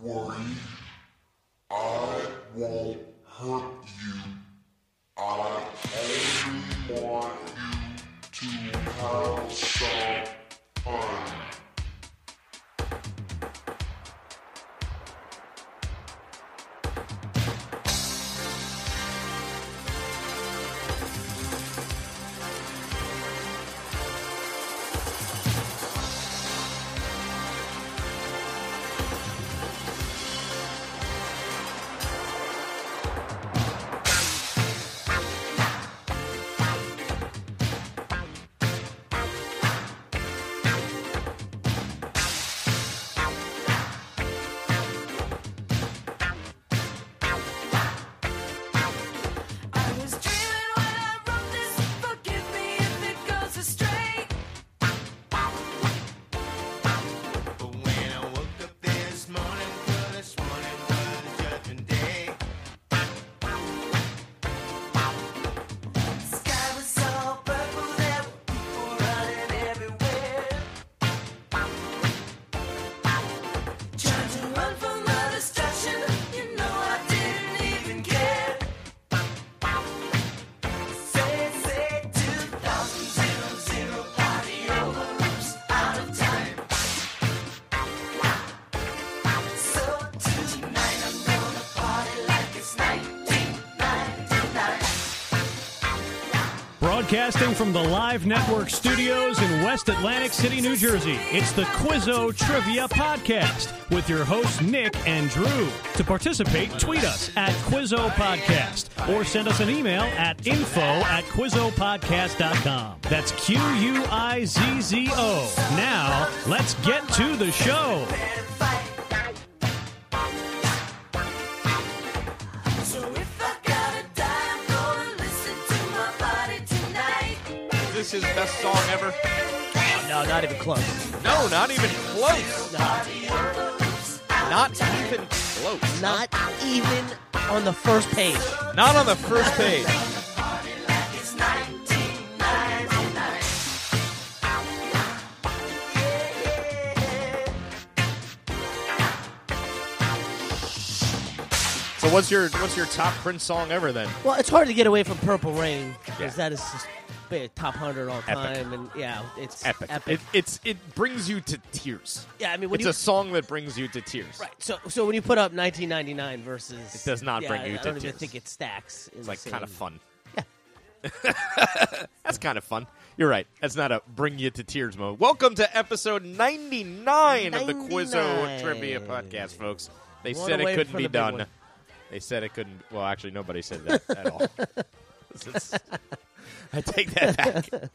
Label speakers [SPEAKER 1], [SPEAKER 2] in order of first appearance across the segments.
[SPEAKER 1] worry. I won't hurt you. I only want you to have some fun.
[SPEAKER 2] I was dreaming when I wrote this. Forgive me if it goes astray.
[SPEAKER 3] But when I woke up this morning, thought this morning was judgment day.
[SPEAKER 2] Sky was so purple there were people running everywhere. Trying to run from the destruction, you know I didn't even care. Say say two thousand zero zero party over, oops, out of time. So tonight I'm gonna party like it's 1999.
[SPEAKER 4] Broadcasting from the Live Network studios in West Atlantic City, New Jersey, it's the Quizzo Trivia Podcast with your hosts, Nick and Drew. To participate, tweet us at Quizzo Podcast or send us an email at info at QuizzoPodcast.com. That's Q U I Z Z O. Now, let's get to the show.
[SPEAKER 2] So if I gotta die, I'm gonna listen to my body tonight.
[SPEAKER 5] This is best song ever.
[SPEAKER 6] No, not even close.
[SPEAKER 5] No, not even close. Not even close.
[SPEAKER 6] Not even on the first page.
[SPEAKER 5] Not on the first page.
[SPEAKER 2] It's 1999.
[SPEAKER 5] So what's your what's your top Prince song ever then?
[SPEAKER 6] Well, it's hard to get away from Purple Rain because
[SPEAKER 5] Yeah.
[SPEAKER 6] that is just ba- top hundred all
[SPEAKER 5] Epic.
[SPEAKER 6] time, and yeah, it's
[SPEAKER 5] Epic. It, it's it brings you to tears.
[SPEAKER 6] yeah, I mean, when
[SPEAKER 5] it's
[SPEAKER 6] you
[SPEAKER 5] a song that brings you to tears.
[SPEAKER 6] right, so so when you put up 1999 versus, it
[SPEAKER 5] does not
[SPEAKER 6] yeah,
[SPEAKER 5] bring you
[SPEAKER 6] I
[SPEAKER 5] to
[SPEAKER 6] don't even
[SPEAKER 5] tears.
[SPEAKER 6] think it stacks. in
[SPEAKER 5] It's
[SPEAKER 6] the
[SPEAKER 5] like
[SPEAKER 6] same-
[SPEAKER 5] kind of fun. That's kind of fun. You're right. That's not a bring you to tears moment. Welcome to episode 99, of the Quizzo
[SPEAKER 6] 99.
[SPEAKER 5] Trivia Podcast, folks. They
[SPEAKER 6] One
[SPEAKER 5] said it
[SPEAKER 6] away
[SPEAKER 5] couldn't
[SPEAKER 6] from
[SPEAKER 5] be
[SPEAKER 6] the big
[SPEAKER 5] done.
[SPEAKER 6] one.
[SPEAKER 5] They said it couldn't. Well, actually, nobody said that at all. It's- I take that back.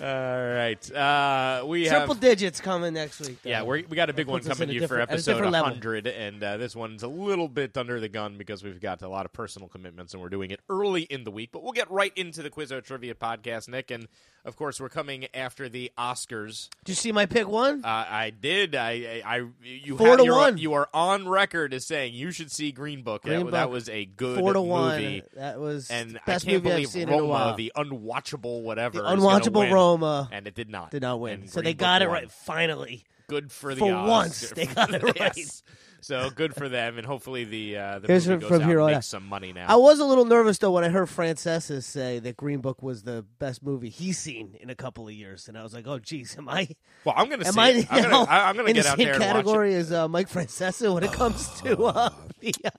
[SPEAKER 5] all right. Uh, we have.
[SPEAKER 6] Triple digits coming next week. though.
[SPEAKER 5] Yeah, we're, we got a big one
[SPEAKER 6] puts us
[SPEAKER 5] coming
[SPEAKER 6] in
[SPEAKER 5] to
[SPEAKER 6] a
[SPEAKER 5] you for
[SPEAKER 6] different- at a
[SPEAKER 5] episode
[SPEAKER 6] different level.
[SPEAKER 5] 100, and uh, this one's a little bit under the gun because we've got a lot of personal commitments, and we're doing it early in the week. But we'll get right into the Quizzo Trivia podcast, Nick, and of course we're coming after the Oscars.
[SPEAKER 6] Did you see my pick one?
[SPEAKER 5] Uh, I did. I, I, I you
[SPEAKER 6] Four
[SPEAKER 5] had-
[SPEAKER 6] to
[SPEAKER 5] you're-
[SPEAKER 6] one.
[SPEAKER 5] You are on record as saying you should see Green Book. That-
[SPEAKER 6] Green
[SPEAKER 5] that,
[SPEAKER 6] Book,
[SPEAKER 5] was a good
[SPEAKER 6] Four to
[SPEAKER 5] movie.
[SPEAKER 6] one. That was
[SPEAKER 5] And
[SPEAKER 6] best
[SPEAKER 5] I can't
[SPEAKER 6] movie I've
[SPEAKER 5] believe
[SPEAKER 6] seen in a
[SPEAKER 5] Roma,
[SPEAKER 6] while.
[SPEAKER 5] the unwatchable whatever,
[SPEAKER 6] The
[SPEAKER 5] is gonna
[SPEAKER 6] unwatchable
[SPEAKER 5] win,
[SPEAKER 6] Roma
[SPEAKER 5] and it did not
[SPEAKER 6] Did not win,
[SPEAKER 5] And
[SPEAKER 6] so
[SPEAKER 5] Green
[SPEAKER 6] they
[SPEAKER 5] Book
[SPEAKER 6] got it
[SPEAKER 5] won
[SPEAKER 6] right finally.
[SPEAKER 5] good for the
[SPEAKER 6] For
[SPEAKER 5] odds.
[SPEAKER 6] once, they got it right.
[SPEAKER 5] Yes. So good for them, and hopefully the uh, the
[SPEAKER 6] Here's
[SPEAKER 5] movie goes
[SPEAKER 6] from- from
[SPEAKER 5] out
[SPEAKER 6] here
[SPEAKER 5] and
[SPEAKER 6] on
[SPEAKER 5] makes
[SPEAKER 6] out.
[SPEAKER 5] some money now.
[SPEAKER 6] I was a little nervous though when I heard Franceses say that Green Book was the best movie he's seen in a couple of years, and I was like, "Oh, geez, am I?
[SPEAKER 5] well, I'm gonna
[SPEAKER 6] Am
[SPEAKER 5] see.
[SPEAKER 6] I?
[SPEAKER 5] it. I'm
[SPEAKER 6] you
[SPEAKER 5] gonna,
[SPEAKER 6] know,
[SPEAKER 5] I- I'm gonna
[SPEAKER 6] in
[SPEAKER 5] get
[SPEAKER 6] the
[SPEAKER 5] out
[SPEAKER 6] same
[SPEAKER 5] there
[SPEAKER 6] category as uh, Mike Francesa when it comes to uh, the, uh,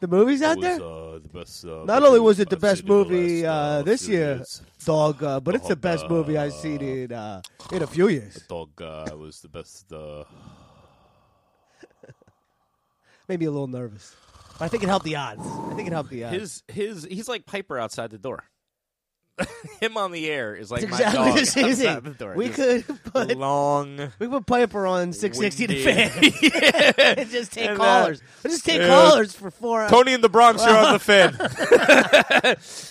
[SPEAKER 6] the movies out
[SPEAKER 7] was,
[SPEAKER 6] there?
[SPEAKER 7] uh, the best, uh,
[SPEAKER 6] Not
[SPEAKER 7] movie
[SPEAKER 6] only was it the
[SPEAKER 7] I've
[SPEAKER 6] best
[SPEAKER 7] seen in the
[SPEAKER 6] movie
[SPEAKER 7] last,
[SPEAKER 6] uh, this
[SPEAKER 7] few
[SPEAKER 6] year,
[SPEAKER 7] years.
[SPEAKER 6] dog, uh, but it's the best
[SPEAKER 7] Dog,
[SPEAKER 6] movie I've seen in uh, in a few years.
[SPEAKER 7] Dog uh, was the best. Uh,
[SPEAKER 6] Made me a little nervous. But I think it helped the odds. I think it helped the odds.
[SPEAKER 5] and watch it. His his he's like Piper outside the door. Him on the air is like
[SPEAKER 6] It's exactly
[SPEAKER 5] my dog
[SPEAKER 6] the same
[SPEAKER 5] outside
[SPEAKER 6] thing.
[SPEAKER 5] the door.
[SPEAKER 6] We
[SPEAKER 5] Just
[SPEAKER 6] could put
[SPEAKER 5] long.
[SPEAKER 6] we could put Piper on six sixty to
[SPEAKER 5] winded-
[SPEAKER 6] fan. and just take
[SPEAKER 5] And, uh,
[SPEAKER 6] callers. We'll just take
[SPEAKER 5] yeah.
[SPEAKER 6] callers for four hours.
[SPEAKER 5] Tony in the Bronx, you're on the Fed.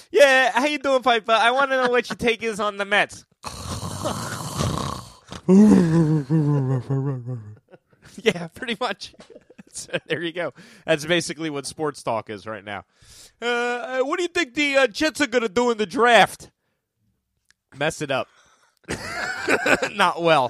[SPEAKER 5] yeah, how you doing, Piper? I want to know what your take is on the Mets. yeah, pretty much. So there you go. That's basically what sports talk is right now. Uh, Uh, what do you think the uh, Jets are going to do in the draft? Mess it up. Not well.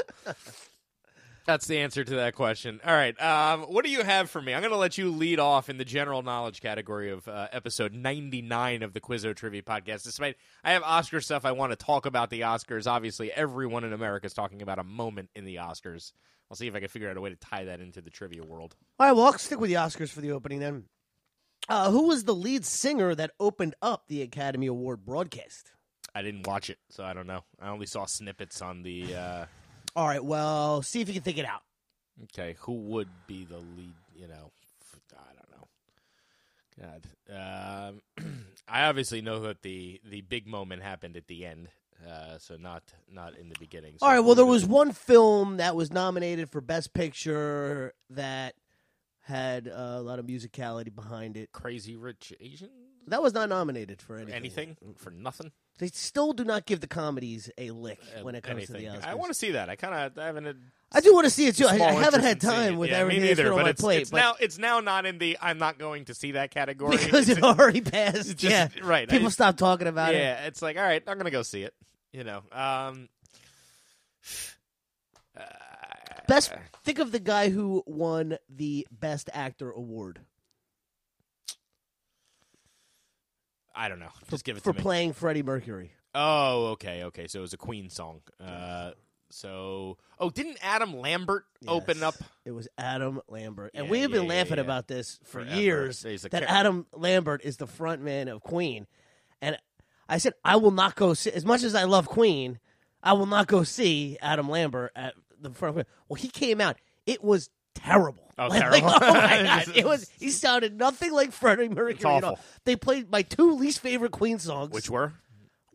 [SPEAKER 5] That's the answer to that question. All right. Um, what do you have for me? I'm going to let you lead off in the general knowledge category of uh, episode 99 of the Quizzo Trivia Podcast. Despite I have Oscar stuff I want to talk about the Oscars. Obviously, everyone in America is talking about a moment in the Oscars. I'll see if I can figure out a way to tie that into the trivia world.
[SPEAKER 6] All right, well, I'll stick with the Oscars for the opening then. Uh, who was the lead singer that opened up the Academy Award broadcast?
[SPEAKER 5] I didn't watch it, so I don't know. I only saw snippets on the. Uh,
[SPEAKER 6] All right, well, see if you can think it out.
[SPEAKER 5] okay, who would be the lead? You know, f- I don't know. God, um, I obviously know that the the big moment happened at the end, uh, so not not in the beginning. So
[SPEAKER 6] All right,
[SPEAKER 5] who
[SPEAKER 6] well, there
[SPEAKER 5] would've
[SPEAKER 6] was
[SPEAKER 5] been-
[SPEAKER 6] one film that was nominated for Best Picture that had uh, a lot of musicality behind it.
[SPEAKER 5] Crazy Rich Asian.
[SPEAKER 6] That was not nominated for anything.
[SPEAKER 5] Anything for nothing.
[SPEAKER 6] They still do not give the comedies a lick when it comes
[SPEAKER 5] Uh, Anything.
[SPEAKER 6] to the Oscars.
[SPEAKER 5] I want to see that. I kind of haven't. had
[SPEAKER 6] I do want to see it too. I, I
[SPEAKER 5] small
[SPEAKER 6] haven't
[SPEAKER 5] interest
[SPEAKER 6] had
[SPEAKER 5] in seeing
[SPEAKER 6] time
[SPEAKER 5] it.
[SPEAKER 6] with
[SPEAKER 5] Yeah,
[SPEAKER 6] everything
[SPEAKER 5] me
[SPEAKER 6] that's
[SPEAKER 5] neither.
[SPEAKER 6] been on
[SPEAKER 5] but
[SPEAKER 6] my
[SPEAKER 5] it's,
[SPEAKER 6] plate,
[SPEAKER 5] it's
[SPEAKER 6] but
[SPEAKER 5] now it's now not in the I'm not going to see that category
[SPEAKER 6] because
[SPEAKER 5] It's-
[SPEAKER 6] it already passed.
[SPEAKER 5] just-
[SPEAKER 6] yeah,
[SPEAKER 5] right. I
[SPEAKER 6] People
[SPEAKER 5] just-
[SPEAKER 6] stop talking about it.
[SPEAKER 5] yeah, it's like all right, I'm gonna go see it. You know, um,
[SPEAKER 6] Best. Think of the guy who won the Best Actor award
[SPEAKER 5] I don't know. Just give it
[SPEAKER 6] for
[SPEAKER 5] to me.
[SPEAKER 6] playing Freddie Mercury.
[SPEAKER 5] Oh, okay, okay. So it was a Queen song. Uh, so oh, didn't Adam Lambert open
[SPEAKER 6] Yes.
[SPEAKER 5] up?
[SPEAKER 6] It was Adam Lambert, and
[SPEAKER 5] Yeah,
[SPEAKER 6] we have been
[SPEAKER 5] yeah, yeah,
[SPEAKER 6] laughing
[SPEAKER 5] yeah.
[SPEAKER 6] about this for
[SPEAKER 5] Forever.
[SPEAKER 6] years.
[SPEAKER 5] He's a
[SPEAKER 6] That
[SPEAKER 5] char-
[SPEAKER 6] Adam Lambert is the front man of Queen, and I said I will not go see. As much as I love Queen, I will not go see Adam Lambert at the front. Well, he came out. It was terrible.
[SPEAKER 5] Oh,
[SPEAKER 6] Like-
[SPEAKER 5] terrible.
[SPEAKER 6] oh my god! It was. He sounded nothing like Freddie Mercury at all.
[SPEAKER 5] awful.
[SPEAKER 6] They played my two least favorite Queen songs.
[SPEAKER 5] Which were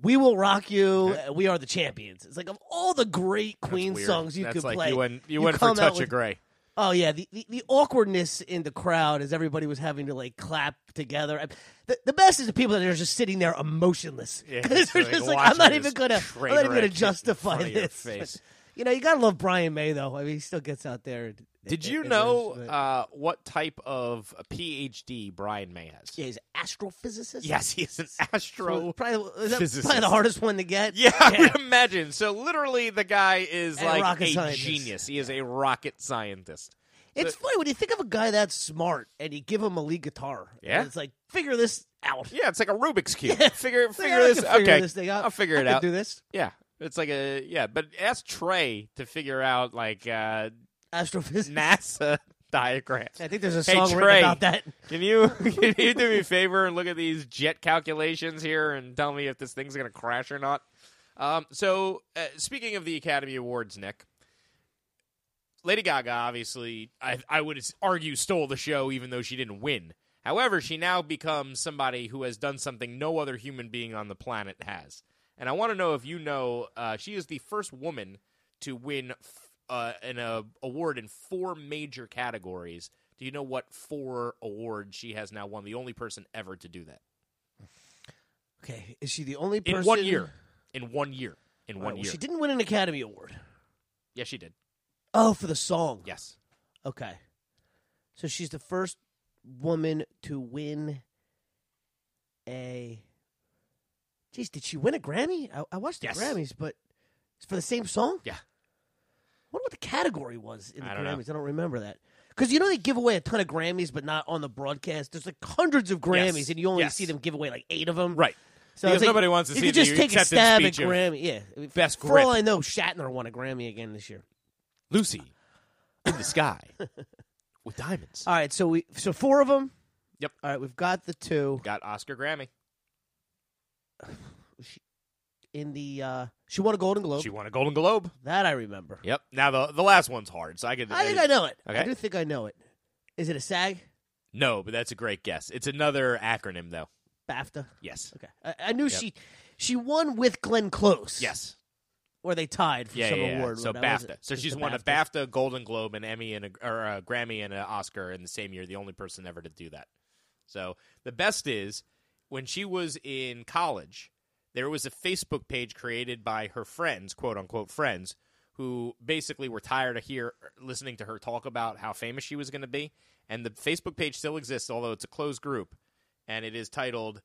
[SPEAKER 6] We Will Rock You, uh, We Are the Champions. It's like of all the great Queen
[SPEAKER 5] weird.
[SPEAKER 6] songs you
[SPEAKER 5] That's
[SPEAKER 6] could
[SPEAKER 5] like
[SPEAKER 6] play.
[SPEAKER 5] You went, you went for
[SPEAKER 6] come out
[SPEAKER 5] Touch
[SPEAKER 6] with-
[SPEAKER 5] of Grey.
[SPEAKER 6] Oh yeah, the, the, the awkwardness in the crowd as everybody was having to like clap together. I- The, the best is the people that are just sitting there emotionless.
[SPEAKER 5] Yeah,
[SPEAKER 6] 'Cause
[SPEAKER 5] it's
[SPEAKER 6] they're
[SPEAKER 5] like
[SPEAKER 6] just like, I'm
[SPEAKER 5] watching
[SPEAKER 6] not
[SPEAKER 5] this
[SPEAKER 6] even gonna, I'm
[SPEAKER 5] train
[SPEAKER 6] not even
[SPEAKER 5] wreck
[SPEAKER 6] gonna
[SPEAKER 5] in
[SPEAKER 6] justify
[SPEAKER 5] front of your
[SPEAKER 6] this.
[SPEAKER 5] face.
[SPEAKER 6] But, you know, you gotta love Brian May though. I mean, he still gets out there. and-
[SPEAKER 5] Did
[SPEAKER 6] and-
[SPEAKER 5] you
[SPEAKER 6] and
[SPEAKER 5] know
[SPEAKER 6] there's- but-
[SPEAKER 5] uh, what type of a PhD Brian May has?
[SPEAKER 6] yeah, he's an astrophysicist.
[SPEAKER 5] Yes, he is an astro.
[SPEAKER 6] probably, is that probably
[SPEAKER 5] physicist.
[SPEAKER 6] the hardest one to get.
[SPEAKER 5] Yeah, I would imagine. So literally, the guy is
[SPEAKER 6] And a
[SPEAKER 5] like
[SPEAKER 6] rocket
[SPEAKER 5] a
[SPEAKER 6] scientist.
[SPEAKER 5] genius. He is a rocket scientist.
[SPEAKER 6] It's funny when you think of a guy that's smart and you give him a lead guitar. and
[SPEAKER 5] Yeah.
[SPEAKER 6] it's like figure this out.
[SPEAKER 5] Yeah, it's like a Rubik's cube. Figure
[SPEAKER 6] Like,
[SPEAKER 5] figure
[SPEAKER 6] I
[SPEAKER 5] this.
[SPEAKER 6] can figure
[SPEAKER 5] okay,
[SPEAKER 6] this thing out.
[SPEAKER 5] I'll figure
[SPEAKER 6] I
[SPEAKER 5] it
[SPEAKER 6] can
[SPEAKER 5] out.
[SPEAKER 6] Do this
[SPEAKER 5] Yeah, it's like a yeah. But ask Trey to figure out like uh,
[SPEAKER 6] astrophysics.
[SPEAKER 5] NASA diagrams.
[SPEAKER 6] I think there's a
[SPEAKER 5] Hey,
[SPEAKER 6] song
[SPEAKER 5] Trey.
[SPEAKER 6] written about that.
[SPEAKER 5] Can you can you do me a favor and look at these jet calculations here and tell me if this thing's gonna crash or not? Um, so uh, speaking of the Academy Awards, Nick, Lady Gaga obviously I I would argue stole the show even though she didn't win. However, she now becomes somebody who has done something no other human being on the planet has. And I want to know if you know uh, she is the first woman to win f- uh, an uh, award in four major categories. Do you know what four awards she has now won? The only person ever to do that
[SPEAKER 6] Okay, is she the only
[SPEAKER 5] in
[SPEAKER 6] person
[SPEAKER 5] one year. In one year. In
[SPEAKER 6] All right,
[SPEAKER 5] one
[SPEAKER 6] well,
[SPEAKER 5] year.
[SPEAKER 6] She didn't win an Academy Award.
[SPEAKER 5] Yes, she did.
[SPEAKER 6] Oh, for the song.
[SPEAKER 5] Yes.
[SPEAKER 6] Okay, so she's the first woman to win a. Jeez, did she win a Grammy? I, I watched the
[SPEAKER 5] Yes.
[SPEAKER 6] Grammys, but it's for the same song.
[SPEAKER 5] Yeah.
[SPEAKER 6] I wonder what the category was in the
[SPEAKER 5] I don't know.
[SPEAKER 6] Grammys. I don't remember that. Because you know they give away a ton of Grammys, but not on the broadcast. There's like hundreds of Grammys,
[SPEAKER 5] Yes.
[SPEAKER 6] and you only
[SPEAKER 5] Yes.
[SPEAKER 6] see them give away like eight of them.
[SPEAKER 5] Right.
[SPEAKER 6] So
[SPEAKER 5] Because
[SPEAKER 6] it's like,
[SPEAKER 5] nobody wants to
[SPEAKER 6] you
[SPEAKER 5] see
[SPEAKER 6] could
[SPEAKER 5] the
[SPEAKER 6] just take a
[SPEAKER 5] acceptance
[SPEAKER 6] stab at
[SPEAKER 5] speech of
[SPEAKER 6] Grammy. Yeah, I mean,
[SPEAKER 5] best
[SPEAKER 6] For
[SPEAKER 5] grip.
[SPEAKER 6] all I know, Shatner won a Grammy again this year.
[SPEAKER 5] Lucy in the sky with diamonds.
[SPEAKER 6] All right, so we so four of them.
[SPEAKER 5] Yep.
[SPEAKER 6] All right, we've got the two
[SPEAKER 5] Got Oscar Grammy.
[SPEAKER 6] in the. uh She won a Golden Globe.
[SPEAKER 5] She won a Golden Globe.
[SPEAKER 6] that I remember.
[SPEAKER 5] Yep. Now the the last one's hard, so I could.
[SPEAKER 6] I think I know it. I
[SPEAKER 5] Okay.
[SPEAKER 6] do think I know it. Is it a SAG?
[SPEAKER 5] no, but that's a great guess. It's another acronym though.
[SPEAKER 6] BAFTA.
[SPEAKER 5] Yes.
[SPEAKER 6] Okay, I, I knew
[SPEAKER 5] Yep.
[SPEAKER 6] she she won with Glenn Close.
[SPEAKER 5] Yes.
[SPEAKER 6] or they tied for
[SPEAKER 5] Yeah.
[SPEAKER 6] some
[SPEAKER 5] yeah, yeah.
[SPEAKER 6] award.
[SPEAKER 5] So
[SPEAKER 6] but I wasn't-
[SPEAKER 5] BAFTA. So
[SPEAKER 6] it's
[SPEAKER 5] she's
[SPEAKER 6] the
[SPEAKER 5] won a
[SPEAKER 6] BAFTAs.
[SPEAKER 5] BAFTA, Golden Globe, an Emmy, and a, or a Grammy and an Oscar in the same year. The only person ever to do that. So the best is when she was in college, there was a Facebook page created by her friends, quote unquote friends, who basically were tired of hear listening to her talk about how famous she was going to be. And the Facebook page still exists, although it's a closed group, and it is titled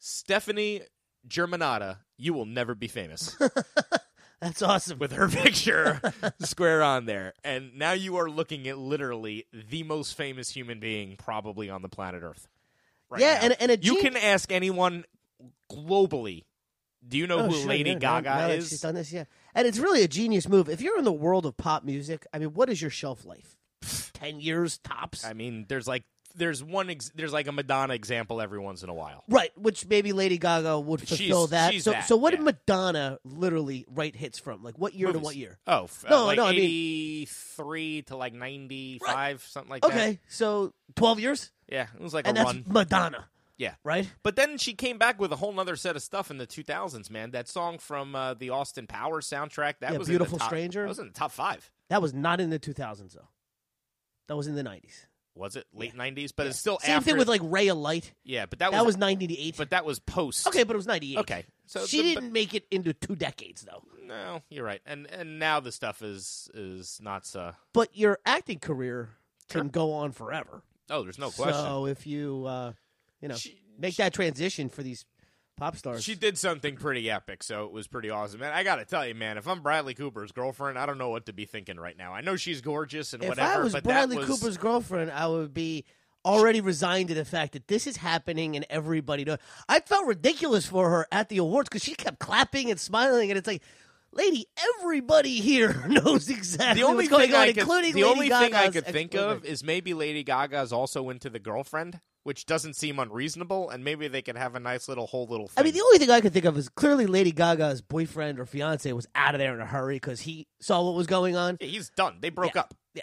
[SPEAKER 5] "Stephanie Germanata, You Will Never Be Famous."
[SPEAKER 6] That's awesome.
[SPEAKER 5] with her picture square on there. And now you are looking at literally the most famous human being probably on the planet Earth. right
[SPEAKER 6] yeah,
[SPEAKER 5] now.
[SPEAKER 6] and and a
[SPEAKER 5] you
[SPEAKER 6] gene-
[SPEAKER 5] can ask anyone globally. Do you know
[SPEAKER 6] Oh,
[SPEAKER 5] who
[SPEAKER 6] sure,
[SPEAKER 5] Lady
[SPEAKER 6] yeah, now-
[SPEAKER 5] Gaga
[SPEAKER 6] now that
[SPEAKER 5] is?
[SPEAKER 6] She's done this, yeah. And it's really a genius move. If you're in the world of pop music, I mean, what is your shelf life? Ten years tops.
[SPEAKER 5] I mean, there's like there's one ex- there's like a Madonna example every once in a while.
[SPEAKER 6] Right, which maybe Lady Gaga would
[SPEAKER 5] She's-
[SPEAKER 6] fulfill that.
[SPEAKER 5] she's
[SPEAKER 6] so,
[SPEAKER 5] that,
[SPEAKER 6] so what did
[SPEAKER 5] yeah.
[SPEAKER 6] Madonna literally write hits from? Like what year to
[SPEAKER 5] Movies.
[SPEAKER 6] what year?
[SPEAKER 5] Oh, f- uh,
[SPEAKER 6] No,
[SPEAKER 5] like
[SPEAKER 6] no, I mean-
[SPEAKER 5] 83 to like 95, something like that.
[SPEAKER 6] Okay, so twelve years,
[SPEAKER 5] Yeah, it was like
[SPEAKER 6] and
[SPEAKER 5] a
[SPEAKER 6] that's
[SPEAKER 5] run.
[SPEAKER 6] Madonna,
[SPEAKER 5] Yeah.
[SPEAKER 6] right?
[SPEAKER 5] But then she came back with a whole other set of stuff in the 2000s, man. That song from uh, the Austin Powers soundtrack, that
[SPEAKER 6] Yeah,
[SPEAKER 5] was in
[SPEAKER 6] Beautiful
[SPEAKER 5] the top,
[SPEAKER 6] Stranger.
[SPEAKER 5] That was in the top five.
[SPEAKER 6] That was not in the two thousands though. That was in the nineties.
[SPEAKER 5] Was it late 90s? But it's still
[SPEAKER 6] Same
[SPEAKER 5] after.
[SPEAKER 6] thing with like Ray of Light.
[SPEAKER 5] yeah, but that,
[SPEAKER 6] That
[SPEAKER 5] was,
[SPEAKER 6] was ninety to eight.
[SPEAKER 5] but that was post.
[SPEAKER 6] Okay, but it was ninety eight.
[SPEAKER 5] okay. So
[SPEAKER 6] she
[SPEAKER 5] the-
[SPEAKER 6] didn't make it into two decades though.
[SPEAKER 5] But, no, you're right. And and now the stuff is is not. Uh,
[SPEAKER 6] But your acting career can go on forever.
[SPEAKER 5] oh, there's no Uh, question.
[SPEAKER 6] So if you uh, you know
[SPEAKER 5] She-
[SPEAKER 6] make that transition for these pop stars,
[SPEAKER 5] She did something pretty epic, so it was pretty awesome. And I got to tell you, man, if I'm Bradley Cooper's girlfriend, I don't know what to be thinking right now. I know she's gorgeous and
[SPEAKER 6] if
[SPEAKER 5] whatever,
[SPEAKER 6] I was
[SPEAKER 5] but
[SPEAKER 6] Bradley
[SPEAKER 5] that was
[SPEAKER 6] Cooper's girlfriend, I would be already resigned to the fact that this is happening and everybody knows. I felt ridiculous for her at the awards because she kept clapping and smiling, and it's like. Lady, everybody here knows exactly
[SPEAKER 5] the only
[SPEAKER 6] what's going
[SPEAKER 5] thing
[SPEAKER 6] on,
[SPEAKER 5] I could,
[SPEAKER 6] including
[SPEAKER 5] the
[SPEAKER 6] Lady
[SPEAKER 5] only thing I
[SPEAKER 6] Gaga's
[SPEAKER 5] could think of
[SPEAKER 6] ex-boyfriend.
[SPEAKER 5] is maybe Lady Gaga's also into the girlfriend, which doesn't seem unreasonable, and maybe they could have a nice little whole little. Thing.
[SPEAKER 6] I mean, the only thing I could think of is clearly Lady Gaga's boyfriend or fiance was out of there in a hurry because he saw what was going on.
[SPEAKER 5] Yeah, he's done. They broke
[SPEAKER 6] Yeah.
[SPEAKER 5] up.
[SPEAKER 6] Yeah.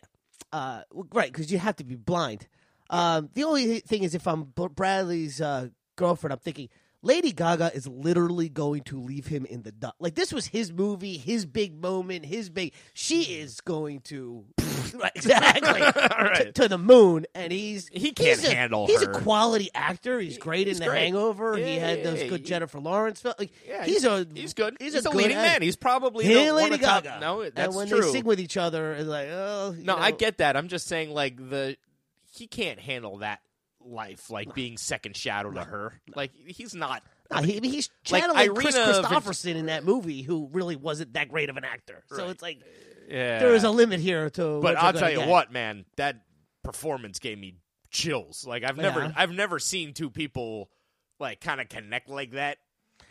[SPEAKER 6] Uh, well, right, because you have to be blind. Um, the only thing is, if I'm B- Bradley's uh, girlfriend, I'm thinking Lady Gaga is literally going to leave him in the dust. Like this was his movie, his big moment, his big. She
[SPEAKER 5] Mm.
[SPEAKER 6] is going to right, exactly to,
[SPEAKER 5] right.
[SPEAKER 6] to the moon, and he's
[SPEAKER 5] He can't
[SPEAKER 6] he's a-
[SPEAKER 5] handle
[SPEAKER 6] He's
[SPEAKER 5] her.
[SPEAKER 6] a quality actor. He's great
[SPEAKER 5] he's
[SPEAKER 6] in The
[SPEAKER 5] great.
[SPEAKER 6] Hangover. he
[SPEAKER 5] Yeah,
[SPEAKER 6] had
[SPEAKER 5] yeah,
[SPEAKER 6] those
[SPEAKER 5] yeah,
[SPEAKER 6] good
[SPEAKER 5] he-
[SPEAKER 6] Jennifer Lawrence. Film. Like,
[SPEAKER 5] Yeah,
[SPEAKER 6] he's, a
[SPEAKER 5] he's good.
[SPEAKER 6] He's,
[SPEAKER 5] a,
[SPEAKER 6] good
[SPEAKER 5] leading
[SPEAKER 6] actor.
[SPEAKER 5] man. He's probably
[SPEAKER 6] Hey,
[SPEAKER 5] the, one
[SPEAKER 6] Lady
[SPEAKER 5] of top-
[SPEAKER 6] Gaga.
[SPEAKER 5] No, that's
[SPEAKER 6] and when
[SPEAKER 5] true.
[SPEAKER 6] they sing with each other, it's like, oh, you
[SPEAKER 5] no, I
[SPEAKER 6] know.
[SPEAKER 5] get that. I'm just saying, like the he can't handle that life, like being second shadow to her. Like he's not.
[SPEAKER 6] Uh, he, I mean, he's
[SPEAKER 5] Like,
[SPEAKER 6] channeling Chris
[SPEAKER 5] Irina Vig-
[SPEAKER 6] Christopherson in that movie, who really wasn't that great of an actor. So
[SPEAKER 5] Right.
[SPEAKER 6] it's like
[SPEAKER 5] Yeah.
[SPEAKER 6] there is a limit here to. what
[SPEAKER 5] But
[SPEAKER 6] you're
[SPEAKER 5] I'll
[SPEAKER 6] gonna
[SPEAKER 5] tell you
[SPEAKER 6] get.
[SPEAKER 5] what, man, that performance gave me chills. Like I've never
[SPEAKER 6] Yeah.
[SPEAKER 5] I've never seen two people like kind of connect like that.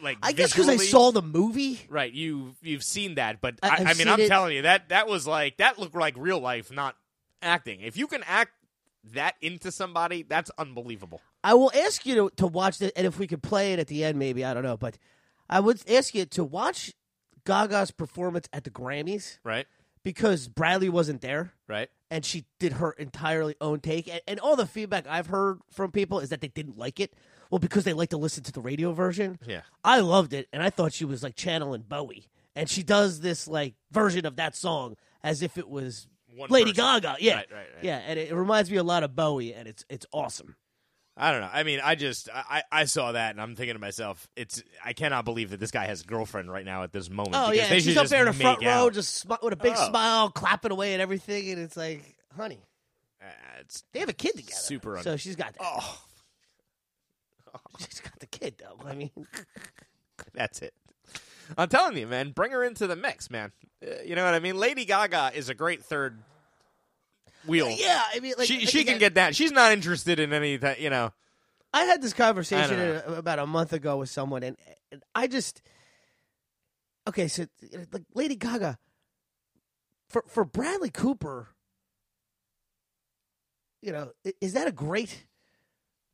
[SPEAKER 5] Like
[SPEAKER 6] I guess because I
[SPEAKER 5] visually.
[SPEAKER 6] saw the movie.
[SPEAKER 5] Right, you you've seen that, but
[SPEAKER 6] I-
[SPEAKER 5] I, I,
[SPEAKER 6] I've
[SPEAKER 5] mean,
[SPEAKER 6] seen
[SPEAKER 5] I'm
[SPEAKER 6] it.
[SPEAKER 5] telling you that that was like that looked like real life, not acting. If you can act that into somebody, that's unbelievable.
[SPEAKER 6] I will ask you to, to watch it, and if we could play it at the end, maybe I don't know, but I would ask you to watch Gaga's performance at the Grammys
[SPEAKER 5] Right,
[SPEAKER 6] because Bradley wasn't there.
[SPEAKER 5] right.
[SPEAKER 6] and she did her entirely own take. And, and all the feedback I've heard from people is that they didn't like it. Well, because they like to listen to the radio version.
[SPEAKER 5] Yeah.
[SPEAKER 6] I loved it, and I thought she was like channeling Bowie, and she does this like version of that song as if it was
[SPEAKER 5] One
[SPEAKER 6] Lady
[SPEAKER 5] person.
[SPEAKER 6] Gaga. Yeah,
[SPEAKER 5] Right, right, right.
[SPEAKER 6] yeah, and it, it reminds me a lot of Bowie, and it's it's awesome.
[SPEAKER 5] I don't know. I mean, I just I, I I saw that and I'm thinking to myself, it's I cannot believe that this guy has a girlfriend right now at this moment.
[SPEAKER 6] Oh
[SPEAKER 5] because
[SPEAKER 6] yeah,
[SPEAKER 5] they
[SPEAKER 6] and she's
[SPEAKER 5] should
[SPEAKER 6] up
[SPEAKER 5] just
[SPEAKER 6] there in the
[SPEAKER 5] make
[SPEAKER 6] front row,
[SPEAKER 5] out.
[SPEAKER 6] just smi- with a big
[SPEAKER 5] Oh.
[SPEAKER 6] smile, clapping away at everything, and it's like, honey,
[SPEAKER 5] Uh, it's
[SPEAKER 6] they have a kid together.
[SPEAKER 5] Super un-
[SPEAKER 6] So she's got that.
[SPEAKER 5] oh,
[SPEAKER 6] She's got the kid though. I mean,
[SPEAKER 5] That's it. I'm telling you, man. Bring her into the mix, man. Uh, you know what I mean? Lady Gaga is a great third wheel.
[SPEAKER 6] yeah, I mean, like
[SPEAKER 5] she
[SPEAKER 6] think
[SPEAKER 5] she
[SPEAKER 6] of
[SPEAKER 5] can
[SPEAKER 6] that-
[SPEAKER 5] get that. She's not interested in any of that. You know,
[SPEAKER 6] I had this
[SPEAKER 5] I
[SPEAKER 6] conversation
[SPEAKER 5] don't
[SPEAKER 6] a- about a month ago with someone, and, and I just okay. So, you know, like Lady Gaga, for for Bradley Cooper, you know, i- is that a great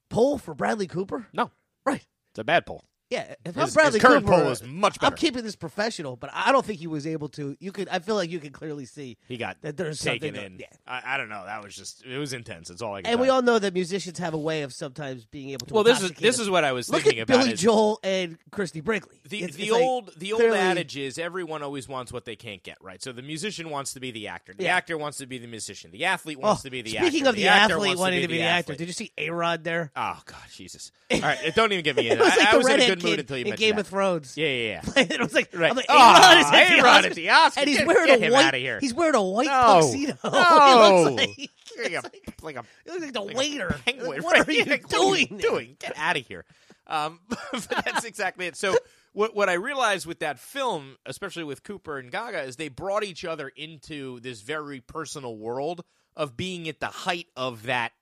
[SPEAKER 6] poll for Bradley Cooper?
[SPEAKER 5] no,
[SPEAKER 6] Right.
[SPEAKER 5] it's a bad poll.
[SPEAKER 6] Yeah. If I'm
[SPEAKER 5] His,
[SPEAKER 6] Bradley
[SPEAKER 5] his current
[SPEAKER 6] Cooper,
[SPEAKER 5] poll is much
[SPEAKER 6] I'm
[SPEAKER 5] better.
[SPEAKER 6] keeping this professional, but I don't think he was able to. You could. I feel like you can clearly see
[SPEAKER 5] he got
[SPEAKER 6] that there's
[SPEAKER 5] taken
[SPEAKER 6] something.
[SPEAKER 5] in.
[SPEAKER 6] Yeah.
[SPEAKER 5] I, I don't know. That was just it was intense. It's all I. Can
[SPEAKER 6] And we
[SPEAKER 5] tell you.
[SPEAKER 6] all know that musicians have a way of sometimes being able to.
[SPEAKER 5] well, this is
[SPEAKER 6] intoxicate
[SPEAKER 5] this
[SPEAKER 6] us.
[SPEAKER 5] is what I was
[SPEAKER 6] Look
[SPEAKER 5] thinking
[SPEAKER 6] at
[SPEAKER 5] about.
[SPEAKER 6] Billy
[SPEAKER 5] is
[SPEAKER 6] Joel and Christy Brinkley.
[SPEAKER 5] the
[SPEAKER 6] It's-
[SPEAKER 5] the
[SPEAKER 6] it's like,
[SPEAKER 5] old the old
[SPEAKER 6] clearly-
[SPEAKER 5] adage is everyone always wants what they can't get, right? So the musician wants to be the actor, the
[SPEAKER 6] Yeah.
[SPEAKER 5] actor wants to be the musician, the athlete wants
[SPEAKER 6] Oh,
[SPEAKER 5] to be the
[SPEAKER 6] speaking
[SPEAKER 5] actor.
[SPEAKER 6] of the,
[SPEAKER 5] actor
[SPEAKER 6] athlete
[SPEAKER 5] wants
[SPEAKER 6] wanting to be, the, actor,
[SPEAKER 5] athlete.
[SPEAKER 6] did you see A Rod there?
[SPEAKER 5] Oh God, Jesus! All right, it- don't even get me in.
[SPEAKER 6] it was
[SPEAKER 5] I-
[SPEAKER 6] like
[SPEAKER 5] I,
[SPEAKER 6] the
[SPEAKER 5] was in a
[SPEAKER 6] redhead
[SPEAKER 5] good mood
[SPEAKER 6] kid
[SPEAKER 5] until you
[SPEAKER 6] in
[SPEAKER 5] mentioned
[SPEAKER 6] Game
[SPEAKER 5] that.
[SPEAKER 6] of Thrones.
[SPEAKER 5] Yeah, yeah, yeah.
[SPEAKER 6] it was like,
[SPEAKER 5] Right.
[SPEAKER 6] I'm like,
[SPEAKER 5] Ah,
[SPEAKER 6] A-Rod is at the
[SPEAKER 5] A-Rod at
[SPEAKER 6] Oscars.
[SPEAKER 5] the Oscars.
[SPEAKER 6] and he's
[SPEAKER 5] Get-
[SPEAKER 6] wearing
[SPEAKER 5] get
[SPEAKER 6] a
[SPEAKER 5] him
[SPEAKER 6] white.
[SPEAKER 5] outta here.
[SPEAKER 6] He's wearing a white
[SPEAKER 5] No.
[SPEAKER 6] tuxedo.
[SPEAKER 5] No.
[SPEAKER 6] he looks like, he
[SPEAKER 5] Like a, like a,
[SPEAKER 6] looks like the
[SPEAKER 5] like a
[SPEAKER 6] waiter.
[SPEAKER 5] penguin,
[SPEAKER 6] what
[SPEAKER 5] right?
[SPEAKER 6] are you
[SPEAKER 5] Like, what
[SPEAKER 6] doing? there?
[SPEAKER 5] doing? Get out of here! Um, but that's exactly it. So what what I realized with that film, especially with Cooper and Gaga, is they brought each other into this very personal world of being at the height of that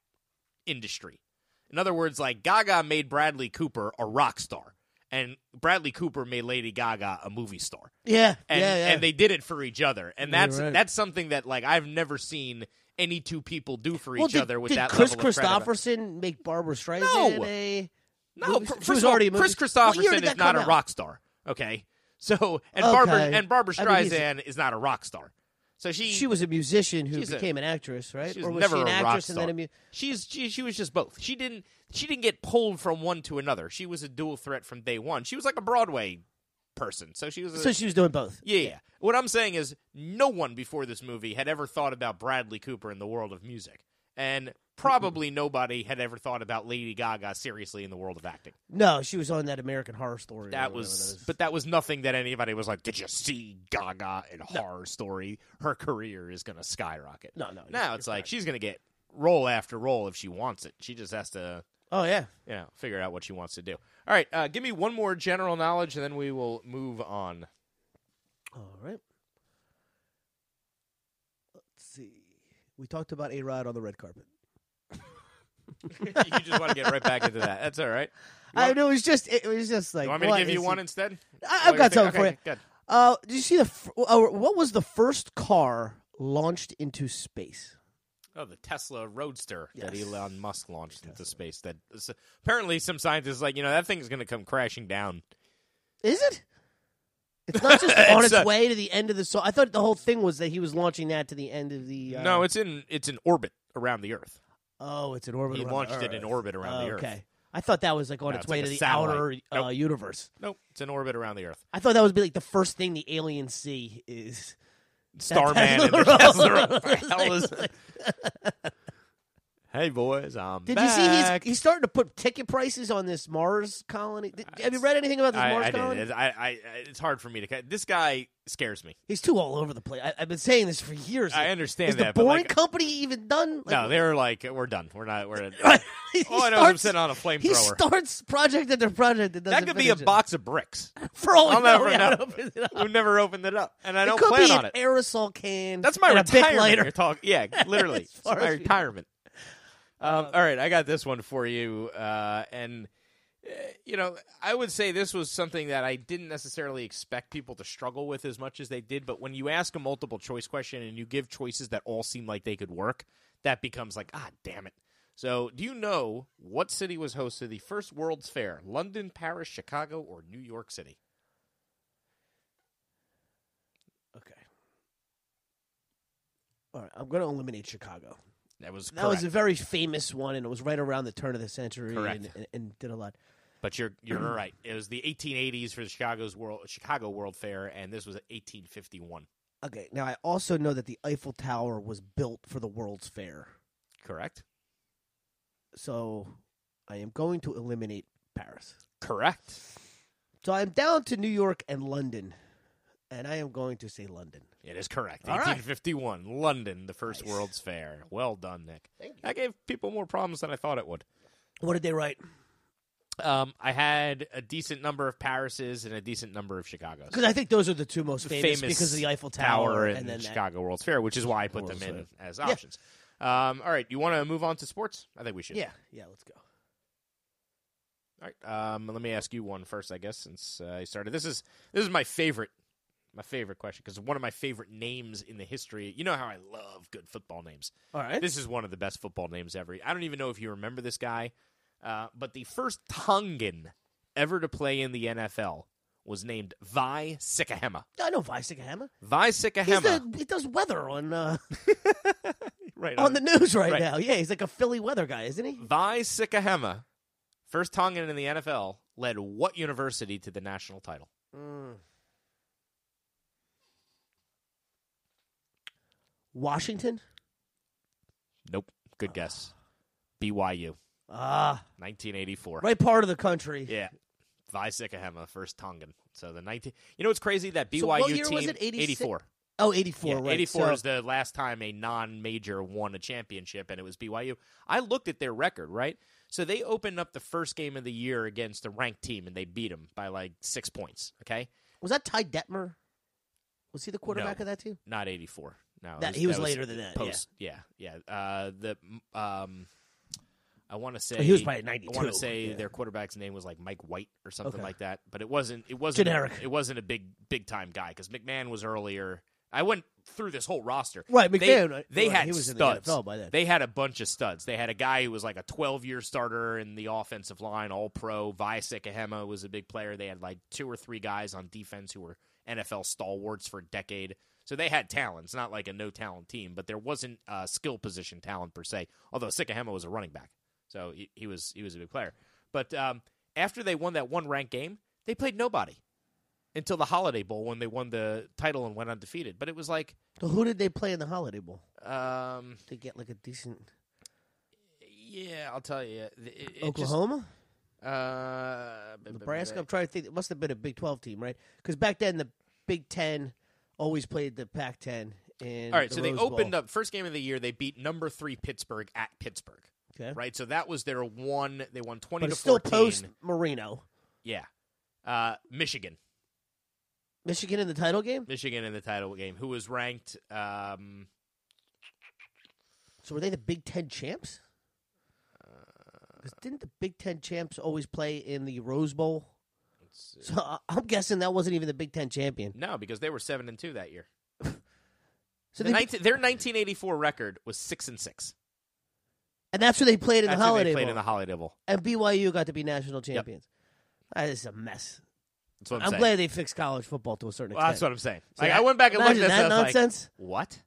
[SPEAKER 5] industry. In other words, like Gaga made Bradley Cooper a rock star, and Bradley Cooper made Lady Gaga a movie star
[SPEAKER 6] Yeah,
[SPEAKER 5] and
[SPEAKER 6] yeah, yeah.
[SPEAKER 5] and they did it for each other, and
[SPEAKER 6] Yeah, you're
[SPEAKER 5] that's
[SPEAKER 6] right.
[SPEAKER 5] that's something that like I've never seen any two people do for
[SPEAKER 6] well,
[SPEAKER 5] each
[SPEAKER 6] did,
[SPEAKER 5] other with
[SPEAKER 6] did
[SPEAKER 5] that
[SPEAKER 6] Chris
[SPEAKER 5] level of
[SPEAKER 6] Christopherson make Barbara Streisand
[SPEAKER 5] No.
[SPEAKER 6] a?
[SPEAKER 5] credibility.
[SPEAKER 6] She
[SPEAKER 5] No,
[SPEAKER 6] was
[SPEAKER 5] first of all,
[SPEAKER 6] already a movie-
[SPEAKER 5] Chris
[SPEAKER 6] What year did
[SPEAKER 5] Christopherson
[SPEAKER 6] that
[SPEAKER 5] is not
[SPEAKER 6] come
[SPEAKER 5] a
[SPEAKER 6] out?
[SPEAKER 5] rock star. Okay, so and Barbara
[SPEAKER 6] Okay.
[SPEAKER 5] and Barbara
[SPEAKER 6] I mean, he's-
[SPEAKER 5] Streisand is not a rock star. So she
[SPEAKER 6] She was a musician who
[SPEAKER 5] she's a-
[SPEAKER 6] became an actress, right?
[SPEAKER 5] she was
[SPEAKER 6] or was
[SPEAKER 5] never
[SPEAKER 6] she an
[SPEAKER 5] a rock
[SPEAKER 6] actress and
[SPEAKER 5] star.
[SPEAKER 6] then a mu-
[SPEAKER 5] she's she, she was just both. She didn't she didn't get pulled from one to another. She was a dual threat from day one. She was like a Broadway person. So she was a,
[SPEAKER 6] So she was doing both.
[SPEAKER 5] Yeah, yeah. What I'm saying is, no one before this movie had ever thought about Bradley Cooper in the world of music, and probably nobody had ever thought about Lady Gaga seriously in the world of acting.
[SPEAKER 6] No, she was on that American Horror Story. or
[SPEAKER 5] That
[SPEAKER 6] whatever
[SPEAKER 5] was, but that was nothing that anybody was like. Did you see Gaga in Horror Story? Her career is going to skyrocket.
[SPEAKER 6] No, no, you're-
[SPEAKER 5] Now it's like she's going to get role after role if she wants it. She just has to.
[SPEAKER 6] Oh yeah.
[SPEAKER 5] You know, figure out what she wants to do. All right, uh, give me one more general knowledge, and then we will move on.
[SPEAKER 6] All right. Let's see. We talked about A Rod on the red carpet.
[SPEAKER 5] you just want to get right back into that. That's all right.
[SPEAKER 6] I know it was just it was just like
[SPEAKER 5] You want me
[SPEAKER 6] what
[SPEAKER 5] to give you
[SPEAKER 6] is
[SPEAKER 5] one
[SPEAKER 6] it?
[SPEAKER 5] instead?
[SPEAKER 6] I, I've got
[SPEAKER 5] Okay,
[SPEAKER 6] something for you.
[SPEAKER 5] okay, Good.
[SPEAKER 6] Uh, did you see the f- uh, what was the first car launched into space?
[SPEAKER 5] Oh, the Tesla Roadster that
[SPEAKER 6] Yes.
[SPEAKER 5] Elon Musk launched into space. That s- apparently some scientists like you know that thing is going to come crashing down.
[SPEAKER 6] Is it? It's not just on
[SPEAKER 5] It's
[SPEAKER 6] its,
[SPEAKER 5] a-
[SPEAKER 6] way to the end of the. So I thought the whole thing was that he was launching that to the end of the. Uh,
[SPEAKER 5] No, it's in it's in orbit around the Earth.
[SPEAKER 6] oh, it's in orbit.
[SPEAKER 5] He
[SPEAKER 6] around the
[SPEAKER 5] launched it in
[SPEAKER 6] Earth.
[SPEAKER 5] orbit around the
[SPEAKER 6] Oh,
[SPEAKER 5] Earth.
[SPEAKER 6] Okay, I thought that was like on
[SPEAKER 5] No,
[SPEAKER 6] its
[SPEAKER 5] it's
[SPEAKER 6] way
[SPEAKER 5] like
[SPEAKER 6] to
[SPEAKER 5] a
[SPEAKER 6] the
[SPEAKER 5] satellite.
[SPEAKER 6] outer uh,
[SPEAKER 5] Nope.
[SPEAKER 6] universe.
[SPEAKER 5] Nope, it's in orbit around the Earth.
[SPEAKER 6] I thought that would be like the first thing the aliens see is
[SPEAKER 5] Starman and the
[SPEAKER 6] Tesla
[SPEAKER 5] Tesla.
[SPEAKER 6] Roadster.
[SPEAKER 5] What the hell is- hey boys, I'm
[SPEAKER 6] Did you see he's
[SPEAKER 5] back.
[SPEAKER 6] he's starting to put ticket prices on this Mars colony? Did- have you read anything about this
[SPEAKER 5] I,
[SPEAKER 6] Mars
[SPEAKER 5] I
[SPEAKER 6] colony?
[SPEAKER 5] did. I, I, I, it's hard for me to. ca- This guy scares me.
[SPEAKER 6] He's too all over the place. I, I've been saying this for years.
[SPEAKER 5] I understand
[SPEAKER 6] Is the
[SPEAKER 5] that, but,
[SPEAKER 6] boring
[SPEAKER 5] like-
[SPEAKER 6] company even done?
[SPEAKER 5] no, they're like, we're done. We're not. We're.
[SPEAKER 6] he
[SPEAKER 5] all I know is I'm
[SPEAKER 6] starts-
[SPEAKER 5] sitting on a
[SPEAKER 6] He
[SPEAKER 5] flamethrower.
[SPEAKER 6] starts project after project. That,
[SPEAKER 5] That
[SPEAKER 6] doesn't
[SPEAKER 5] could be a
[SPEAKER 6] finish it.
[SPEAKER 5] box of bricks.
[SPEAKER 6] For all we
[SPEAKER 5] I'll
[SPEAKER 6] know,
[SPEAKER 5] never
[SPEAKER 6] we
[SPEAKER 5] know.
[SPEAKER 6] haven't opened it up.
[SPEAKER 5] Who never opened it up, and I don't
[SPEAKER 6] it could
[SPEAKER 5] plan
[SPEAKER 6] be
[SPEAKER 5] on
[SPEAKER 6] an
[SPEAKER 5] it.
[SPEAKER 6] aerosol can.
[SPEAKER 5] That's my
[SPEAKER 6] and a Bic
[SPEAKER 5] retirement. You're
[SPEAKER 6] lighter.
[SPEAKER 5] talking, yeah, literally,
[SPEAKER 6] As
[SPEAKER 5] It's
[SPEAKER 6] far
[SPEAKER 5] my
[SPEAKER 6] as we-
[SPEAKER 5] retirement. Um, all right, I got this one for you, uh, and uh, you know, I would say this was something that I didn't necessarily expect people to struggle with as much as they did. But when you ask a multiple choice question and you give choices that all seem like they could work, that becomes like, ah, damn it. So, do you know what city was host to the first World's Fair? London, Paris, Chicago, or New York City?
[SPEAKER 6] Okay. All right, I'm going to eliminate Chicago.
[SPEAKER 5] That was
[SPEAKER 6] That
[SPEAKER 5] correct.
[SPEAKER 6] was a very famous one, and it was right around the turn of the century,
[SPEAKER 5] Correct.
[SPEAKER 6] and, and, and did a lot.
[SPEAKER 5] But you're you're right. It was the 1880s for the Chicago's World Chicago World Fair, and this was 1851.
[SPEAKER 6] Okay, now I also know that the Eiffel Tower was built for the World's Fair,
[SPEAKER 5] Correct.
[SPEAKER 6] so I am going to eliminate Paris.
[SPEAKER 5] Correct.
[SPEAKER 6] So I'm down to New York and London, and I am going to say London.
[SPEAKER 5] It is correct.
[SPEAKER 6] All right.
[SPEAKER 5] 1851, London, the first
[SPEAKER 6] Nice.
[SPEAKER 5] World's Fair. Well done, Nick. Thank you. That gave people more problems than I thought it would.
[SPEAKER 6] What did they write?
[SPEAKER 5] Um, I had a decent number of Paris's and a decent number of Chicago's.
[SPEAKER 6] Because I think those are the two most famous, because of the Eiffel Tower,
[SPEAKER 5] and, the
[SPEAKER 6] then that-
[SPEAKER 5] Chicago World's Fair, which is why I put
[SPEAKER 6] World's
[SPEAKER 5] them in as options. Um, all right, you want to move on to sports? I think we should.
[SPEAKER 6] Yeah, yeah, let's go.
[SPEAKER 5] All right. Um, let me ask you one first, I guess, since uh, I started. This is this is my favorite, my favorite question because one of my favorite names in the history. You know how I love good football names.
[SPEAKER 6] All right.
[SPEAKER 5] This is one of the best football names ever. I don't even know if you remember this guy, uh, but the first Tongan ever to play in the NFL was named Vi Sikahema.
[SPEAKER 6] I know Vicekhammer.
[SPEAKER 5] Vi
[SPEAKER 6] He's
[SPEAKER 5] Sikahema.
[SPEAKER 6] the, he does weather on uh,
[SPEAKER 5] right
[SPEAKER 6] on the news right,
[SPEAKER 5] Right.
[SPEAKER 6] now. Yeah, he's like a Philly weather guy, isn't he?
[SPEAKER 5] Vi Sikahema, first Tongan in the NFL, led what university to the national title?
[SPEAKER 6] Washington.
[SPEAKER 5] Nope. Good guess. BYU.
[SPEAKER 6] Ah,
[SPEAKER 5] 1984.
[SPEAKER 6] right part of the country.
[SPEAKER 5] Yeah. Vi Sikahema, first Tongan. So the 19. You know what's crazy? That BYU
[SPEAKER 6] So what year
[SPEAKER 5] team.
[SPEAKER 6] was it? 86?
[SPEAKER 5] 84.
[SPEAKER 6] Oh, 84,
[SPEAKER 5] Yeah,
[SPEAKER 6] right.
[SPEAKER 5] 84
[SPEAKER 6] so,
[SPEAKER 5] is the last time a non-major won a championship, and it was BYU. I looked at their record, right? So they opened up the first game of the year against a ranked team, and they beat them by like six points. Okay,
[SPEAKER 6] Was that Ty Detmer? Was he the quarterback
[SPEAKER 5] No.
[SPEAKER 6] of that team?
[SPEAKER 5] not 84. No, it
[SPEAKER 6] That- he was later than that, yeah.
[SPEAKER 5] Post, yeah, yeah. Uh, the um, I want to say
[SPEAKER 6] he was probably
[SPEAKER 5] I want
[SPEAKER 6] 92,
[SPEAKER 5] to say
[SPEAKER 6] yeah.
[SPEAKER 5] their quarterback's name was like Mike White or something
[SPEAKER 6] Okay.
[SPEAKER 5] like that, but it wasn't. It wasn't
[SPEAKER 6] Generic.
[SPEAKER 5] It wasn't a big big time guy because McMahon was earlier. I went through this whole roster.
[SPEAKER 6] Right,
[SPEAKER 5] They-
[SPEAKER 6] McMahon, right,
[SPEAKER 5] They,
[SPEAKER 6] right,
[SPEAKER 5] had
[SPEAKER 6] he was in the
[SPEAKER 5] studs.
[SPEAKER 6] NFL by then.
[SPEAKER 5] They had a bunch of studs. They had a guy who was like a 12 year starter in the offensive line, all pro. Visek Ahema was a big player. They had like two or three guys on defense who were NFL stalwarts for a decade. So they had talent. It's not like a no talent team, but there wasn't uh, skill position talent per se. Although Sikahema was a running back, so he, he was he was a big player. But um, after they won that one ranked game, they played nobody until the Holiday Bowl when they won the title and went undefeated. But it was like
[SPEAKER 6] So who did they play in the Holiday Bowl
[SPEAKER 5] um,
[SPEAKER 6] to get like a decent
[SPEAKER 5] Yeah, I'll tell you. It- it- it just-
[SPEAKER 6] Oklahoma,
[SPEAKER 5] uh, b- b- b-
[SPEAKER 6] Nebraska? I'm trying to think. It must have been a Big 12 team, right? Because back then the Big Ten always played the Pac 10. And
[SPEAKER 5] All right, so they opened up first game of the year. They beat number three Pittsburgh at Pittsburgh.
[SPEAKER 6] Okay.
[SPEAKER 5] Right, so that was their one. They won twenty
[SPEAKER 6] but
[SPEAKER 5] to
[SPEAKER 6] it's still
[SPEAKER 5] fourteen.
[SPEAKER 6] post Marino,
[SPEAKER 5] Yeah, uh, Michigan,
[SPEAKER 6] Michigan in the title game.
[SPEAKER 5] Michigan in the title game. Who was ranked? Um,
[SPEAKER 6] So were they the Big Ten champs?
[SPEAKER 5] Uh,
[SPEAKER 6] 'Cause didn't the Big Ten champs always play in the Rose Bowl? So I- I'm guessing that wasn't even the Big Ten champion.
[SPEAKER 5] no, because they were seven and two that year.
[SPEAKER 6] So
[SPEAKER 5] The
[SPEAKER 6] they,
[SPEAKER 5] 19 their nineteen eighty four record was six and six.
[SPEAKER 6] and that's who they played in
[SPEAKER 5] That's
[SPEAKER 6] the
[SPEAKER 5] who
[SPEAKER 6] Holiday
[SPEAKER 5] they played
[SPEAKER 6] Bowl.
[SPEAKER 5] in the Holiday Bowl.
[SPEAKER 6] and BYU got to be national champions. Ah, this is a mess.
[SPEAKER 5] That's what I'm,
[SPEAKER 6] I'm
[SPEAKER 5] saying.
[SPEAKER 6] glad they fixed college football to a certain
[SPEAKER 5] Well,
[SPEAKER 6] extent.
[SPEAKER 5] that's what I'm saying.
[SPEAKER 6] So
[SPEAKER 5] Like,
[SPEAKER 6] that-
[SPEAKER 5] I went back and looked at
[SPEAKER 6] imagine
[SPEAKER 5] this.
[SPEAKER 6] that
[SPEAKER 5] and I was like,
[SPEAKER 6] nonsense.
[SPEAKER 5] what?